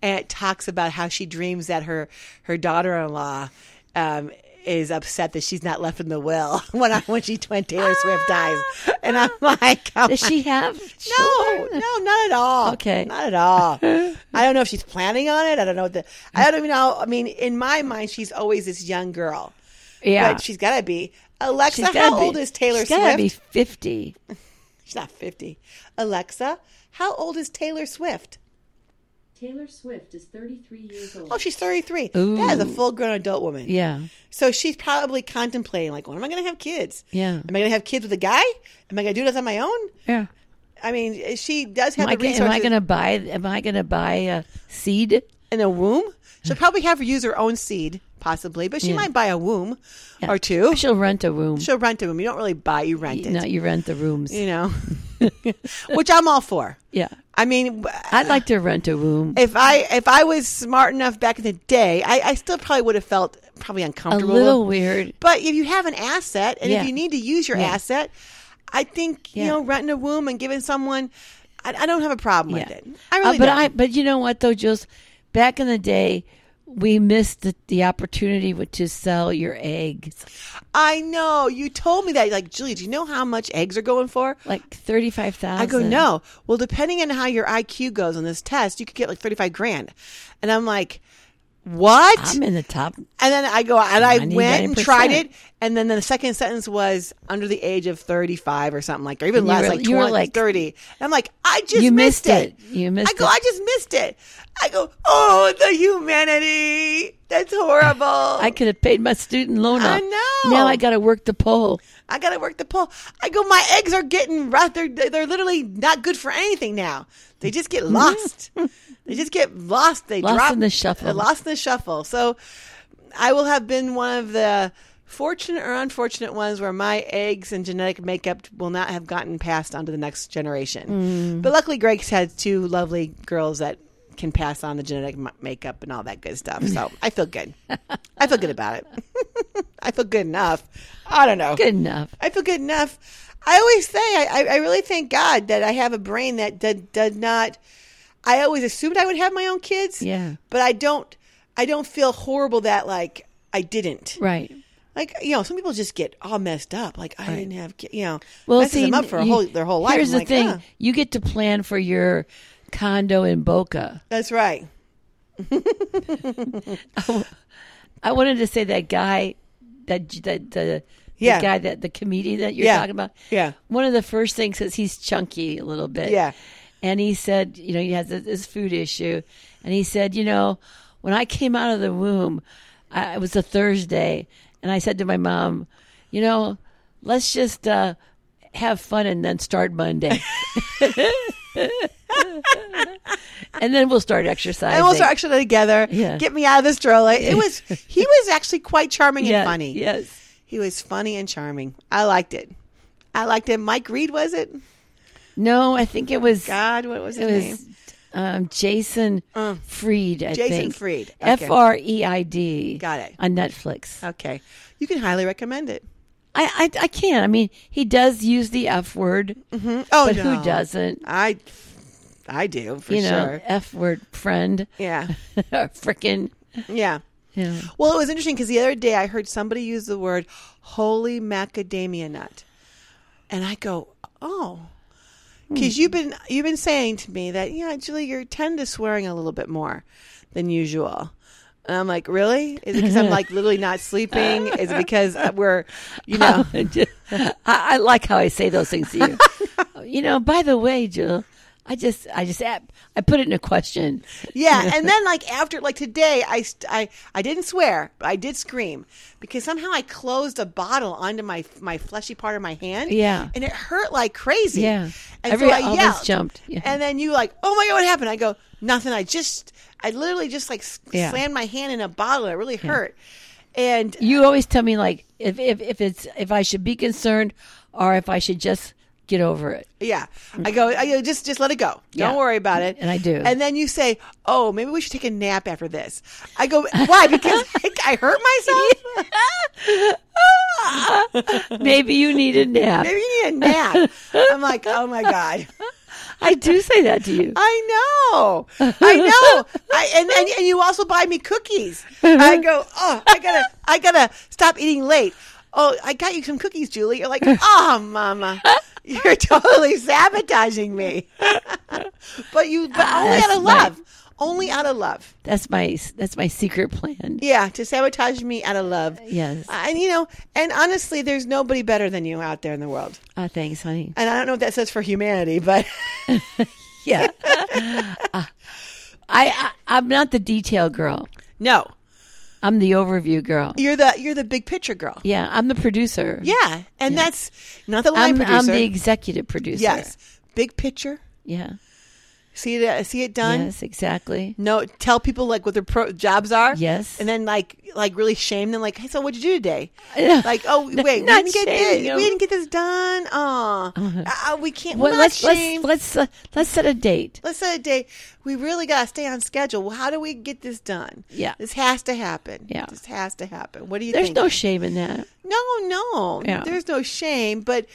Speaker 1: and it talks about how she dreams that her her daughter in law um, is upset that she's not left in the will when I, when she when Taylor Swift dies, and I'm like, oh
Speaker 2: Does
Speaker 1: my-
Speaker 2: Ah. she have?
Speaker 1: no,
Speaker 2: children?
Speaker 1: no, not at all.
Speaker 2: Okay.
Speaker 1: not at all. I don't know if she's planning on it. I don't know what the. I don't even know. I mean, in my mind, she's always this young girl.
Speaker 2: Yeah.
Speaker 1: But she's got to be. Alexa,
Speaker 2: She's gotta
Speaker 1: how
Speaker 2: be-
Speaker 1: old is Taylor
Speaker 2: she's
Speaker 1: Swift?
Speaker 2: gotta be 50.
Speaker 1: She's not 50. Alexa, how old is Taylor Swift?
Speaker 3: Taylor Swift is 33 years old.
Speaker 1: Oh, she's 33. That is a
Speaker 2: Ooh.
Speaker 1: full grown adult woman.
Speaker 2: Yeah.
Speaker 1: So she's probably contemplating, like, when am I going to have kids?
Speaker 2: Yeah.
Speaker 1: Am I going to have kids with a guy? Am I going to do this on my own?
Speaker 2: Yeah.
Speaker 1: I mean, she does have
Speaker 2: Am I,
Speaker 1: the
Speaker 2: gonna-
Speaker 1: resources.
Speaker 2: am I going to buy? Am I going to buy a seed?
Speaker 1: in a womb. She'll probably have her use her own seed, possibly, but she
Speaker 2: Yeah.
Speaker 1: might buy a womb or two.
Speaker 2: She'll rent a room.
Speaker 1: She'll rent a womb. You don't really buy, you rent it.
Speaker 2: no, you rent the rooms.
Speaker 1: You know, which I'm all for.
Speaker 2: Yeah.
Speaker 1: I mean,
Speaker 2: I'd like to rent a room.
Speaker 1: if I if I was smart enough back in the day, I, I still probably would have felt probably
Speaker 2: A
Speaker 1: uncomfortable.
Speaker 2: little weird.
Speaker 1: But if you have an asset and
Speaker 2: Yeah.
Speaker 1: if you need to use your
Speaker 2: Yeah.
Speaker 1: asset, I think you
Speaker 2: Yeah.
Speaker 1: know renting a womb and giving someone. I, I don't have a problem
Speaker 2: Yeah.
Speaker 1: with it. I
Speaker 2: Uh,
Speaker 1: really
Speaker 2: but
Speaker 1: don't.
Speaker 2: I but you know what though, Jules, back in the day we missed the, the opportunity with- to sell your eggs.
Speaker 1: I know you told me that. You're like Julie, do you know how much eggs are going for?
Speaker 2: Like thirty five thousand.
Speaker 1: I go no. Well, depending on how your IQ goes on this test, you could get like thirty five grand. And I'm like, what?
Speaker 2: I'm in the top
Speaker 1: And then I go and I
Speaker 2: 99%.
Speaker 1: went and tried it. And then the second sentence was under the age of 35 or something like, or even
Speaker 2: You
Speaker 1: less,
Speaker 2: were-
Speaker 1: like
Speaker 2: you were
Speaker 1: 20,
Speaker 2: like-
Speaker 1: 30. And I'm like, I just
Speaker 2: You
Speaker 1: missed,
Speaker 2: missed
Speaker 1: it.
Speaker 2: it. You missed
Speaker 1: I go,
Speaker 2: it.
Speaker 1: I just missed it. I go, oh, the humanity. That's horrible.
Speaker 2: I
Speaker 1: I,
Speaker 2: could have paid my student loan
Speaker 1: I
Speaker 2: off.
Speaker 1: know.
Speaker 2: Now I gotta work the pole.
Speaker 1: got to work the pull. I go, my eggs are getting rough. They're, they're literally not good for anything now. They just get lost. they just get lost. They
Speaker 2: Mm-hmm. Lost
Speaker 1: drop
Speaker 2: in the shuffle.
Speaker 1: uh, Lost in the shuffle. So I will have been one of the fortunate or unfortunate ones where my eggs and genetic makeup will not have gotten passed on to the next generation.
Speaker 2: Mm.
Speaker 1: But luckily, Greg's had two lovely girls that can pass on the genetic m- makeup and all that good stuff. So I feel good. I feel good about it. I feel good enough. I don't know.
Speaker 2: Good enough.
Speaker 1: I feel good enough. I always say I, I- I really thank God that I have a brain that did, did not. I always assumed I would have my own kids.
Speaker 2: Yeah.
Speaker 1: but I don't. I don't feel horrible that like I didn't.
Speaker 2: Right.
Speaker 1: Like you know, some people just get all messed up. Like I didn't have. ki- You know,
Speaker 2: Well,
Speaker 1: messes
Speaker 2: see,
Speaker 1: them up for a
Speaker 2: you-
Speaker 1: whole their whole life.
Speaker 2: Here's
Speaker 1: I'm
Speaker 2: the
Speaker 1: like,
Speaker 2: thing:
Speaker 1: "Ah,
Speaker 2: you get to plan for your condo in Boca.
Speaker 1: that's right.
Speaker 2: I wanted to say that guy, that that the,
Speaker 1: Yeah.
Speaker 2: the guy that the comedian that you're
Speaker 1: Yeah.
Speaker 2: talking about.
Speaker 1: Yeah.
Speaker 2: One of the first things is he's chunky a little bit.
Speaker 1: Yeah.
Speaker 2: And he said, you know, he has this- this food issue, and he said, you know, when I came out of the womb, I, it was a Thursday, and I said to my mom, you know, let's just uh, have fun and then start Monday. and then we'll start exercising.
Speaker 1: And we'll start actually together.
Speaker 2: Yeah.
Speaker 1: Get me out of this stroller. It was he was actually quite charming
Speaker 2: Yeah,
Speaker 1: and funny.
Speaker 2: Yes.
Speaker 1: He was funny and charming. I liked it. I liked it. Mike Reed was it?
Speaker 2: No, I think it was
Speaker 1: God, what was his
Speaker 2: it
Speaker 1: name? Uh,
Speaker 2: was um, Jason Freed. I
Speaker 1: Jason
Speaker 2: think.
Speaker 1: Fried, okay.
Speaker 2: F R E I D.
Speaker 1: Got it. Oh.
Speaker 2: On Netflix.
Speaker 1: Okay. You can highly recommend it.
Speaker 2: I I, I can't. I mean, he does use the F word,
Speaker 1: Oh,
Speaker 2: but
Speaker 1: no.
Speaker 2: who doesn't?
Speaker 1: I I do for
Speaker 2: you
Speaker 1: sure.
Speaker 2: know, F word friend,
Speaker 1: Yeah.
Speaker 2: frickin'.
Speaker 1: Yeah.
Speaker 2: Yeah.
Speaker 1: Well, it was interesting because the other day I heard somebody use the word holy macadamia nut. And I go, "Oh, because you've been you've been saying to me that yeah, Julie, you tend to swearing a little bit more than usual. And I'm like, really? Is it because I'm like literally not sleeping? Is it because we're, you know,
Speaker 2: I, I like how I say those things to you. you know, by the way, Jill, I just I just I put it in a question.
Speaker 1: Yeah, and then like after like today, I st- I I didn't swear, but I did scream because somehow I closed a bottle onto my my fleshy part of my hand.
Speaker 2: Yeah.
Speaker 1: and it hurt like crazy.
Speaker 2: Yeah.
Speaker 1: and
Speaker 2: Every-
Speaker 1: so I
Speaker 2: all this
Speaker 1: yelled,
Speaker 2: jumped. Yeah.
Speaker 1: and then you like, oh my god, what happened? I go nothing. I just I literally just like s-
Speaker 2: Yeah.
Speaker 1: slammed my hand in a bottle. It really hurt. And
Speaker 2: You always tell me like if, if if it's if I should be concerned or if I should just get over it.
Speaker 1: Yeah, I go. I go. Just, just let it go.
Speaker 2: Yeah.
Speaker 1: Don't worry about it.
Speaker 2: And I do.
Speaker 1: And then you say, "Oh, maybe we should take a nap after this." I go, "Why? Because I, I hurt myself.
Speaker 2: Maybe you need a nap.
Speaker 1: Maybe you need a nap." I'm like, "Oh my god,
Speaker 2: I do say that to you.
Speaker 1: I know, I know." I, and, and and you also buy me cookies. I go, "Oh, I gotta, I gotta stop eating late." Oh, I got you some cookies, Julie. You're like, "Oh, Mama." You're totally sabotaging me, but you, but only
Speaker 2: That's
Speaker 1: out of
Speaker 2: my-
Speaker 1: love, only out of love.
Speaker 2: That's my that's my secret plan.
Speaker 1: Yeah, to sabotage me out of love.
Speaker 2: Yes.
Speaker 1: And you know, and honestly, there's nobody better than you out there in the world.
Speaker 2: Ah, thanks, honey.
Speaker 1: And I don't know what that says for humanity, but
Speaker 2: Yeah. Ah, I, I I'm not the detail girl.
Speaker 1: no,
Speaker 2: I'm the overview girl.
Speaker 1: you're the you're the big picture girl.
Speaker 2: Yeah, I'm the producer.
Speaker 1: Yeah, and that's not the line
Speaker 2: I'm,
Speaker 1: producer.
Speaker 2: I'm the executive producer.
Speaker 1: yes, big picture.
Speaker 2: Yeah.
Speaker 1: See it, uh, see it done.
Speaker 2: Yes, exactly.
Speaker 1: No, tell people like what their pro- jobs are.
Speaker 2: Yes.
Speaker 1: and then like like really shame them. Like, hey, so what'd you do today?
Speaker 2: Yeah.
Speaker 1: Like, oh
Speaker 2: No,
Speaker 1: wait, we
Speaker 2: not
Speaker 1: didn't get
Speaker 2: shame
Speaker 1: this.
Speaker 2: them. Uh-huh.
Speaker 1: We didn't get this done. Aw. uh we can't.
Speaker 2: Well,
Speaker 1: not
Speaker 2: let's
Speaker 1: shame.
Speaker 2: let's let's uh, let's set a date.
Speaker 1: Let's set a day. We really gotta stay on schedule. Well, how do we get this done?
Speaker 2: Yeah.
Speaker 1: this has to happen.
Speaker 2: Yeah.
Speaker 1: this has to happen. What do you
Speaker 2: There's
Speaker 1: think?
Speaker 2: no shame in that.
Speaker 1: No, no.
Speaker 2: Yeah.
Speaker 1: There's no shame, but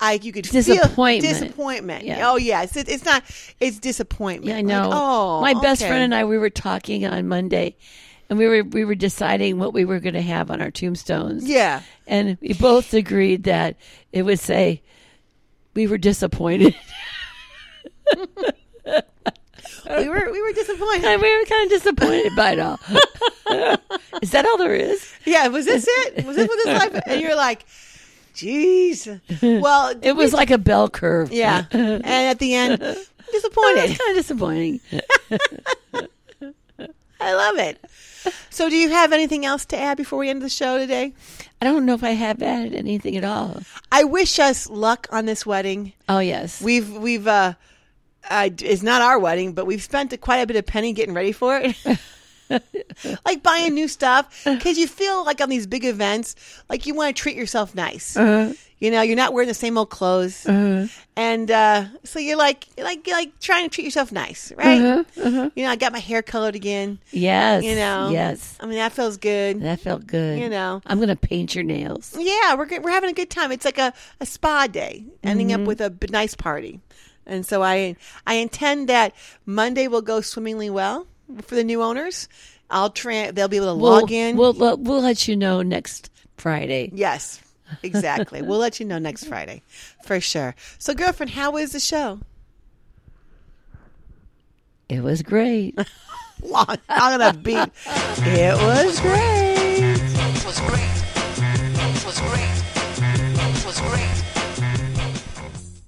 Speaker 1: I you could feel
Speaker 2: Disappointment.
Speaker 1: disappointment.
Speaker 2: Yeah.
Speaker 1: Oh yes, it, it's not. It's disappointment.
Speaker 2: Yeah, I
Speaker 1: Like,
Speaker 2: know.
Speaker 1: oh,
Speaker 2: my best
Speaker 1: okay.
Speaker 2: friend and I we were talking on Monday, and we were we were deciding what we were going to have on our tombstones.
Speaker 1: Yeah.
Speaker 2: and we both agreed that it would say we were disappointed.
Speaker 1: we were we were disappointed.
Speaker 2: and we were kind of disappointed by it all. is that all there is?
Speaker 1: yeah, was this it? Was this what this life? And you're like, jeez. Well,
Speaker 2: It was like a bell curve.
Speaker 1: yeah. and at the end,
Speaker 2: It's
Speaker 1: disappointed.
Speaker 2: kind of disappointing.
Speaker 1: I love it. So, do you have anything else to add before we end the show today?
Speaker 2: I don't know if I have added anything at all.
Speaker 1: I wish us luck on this wedding.
Speaker 2: Oh yes,
Speaker 1: We've we've uh, uh it's not our wedding, but we've spent quite a bit of penny getting ready for it. like buying new stuff because you feel like on these big events, like you want to treat yourself nice. You know, you're not wearing the same old clothes,
Speaker 2: Uh-huh.
Speaker 1: and uh, so you're like, you're like, you're like trying to treat yourself nice, right? You know, I got my hair colored again.
Speaker 2: yes,
Speaker 1: You know,
Speaker 2: yes.
Speaker 1: I mean, that feels good.
Speaker 2: That felt good.
Speaker 1: You know.
Speaker 2: I'm gonna paint your nails.
Speaker 1: Yeah, we're good- we're having a good time. It's like a, a spa day, ending
Speaker 2: Mm-hmm.
Speaker 1: up with a b- nice party, and so I I intend that Monday will go swimmingly well for the new owners. I'll tra- they'll be able to log in.
Speaker 2: We'll, we'll we'll let you know next Friday.
Speaker 1: yes, exactly. we'll let you know next Friday for sure. So, girlfriend, how was the show?
Speaker 2: It was great.
Speaker 1: Long, long enough beat. It was great.
Speaker 4: was great.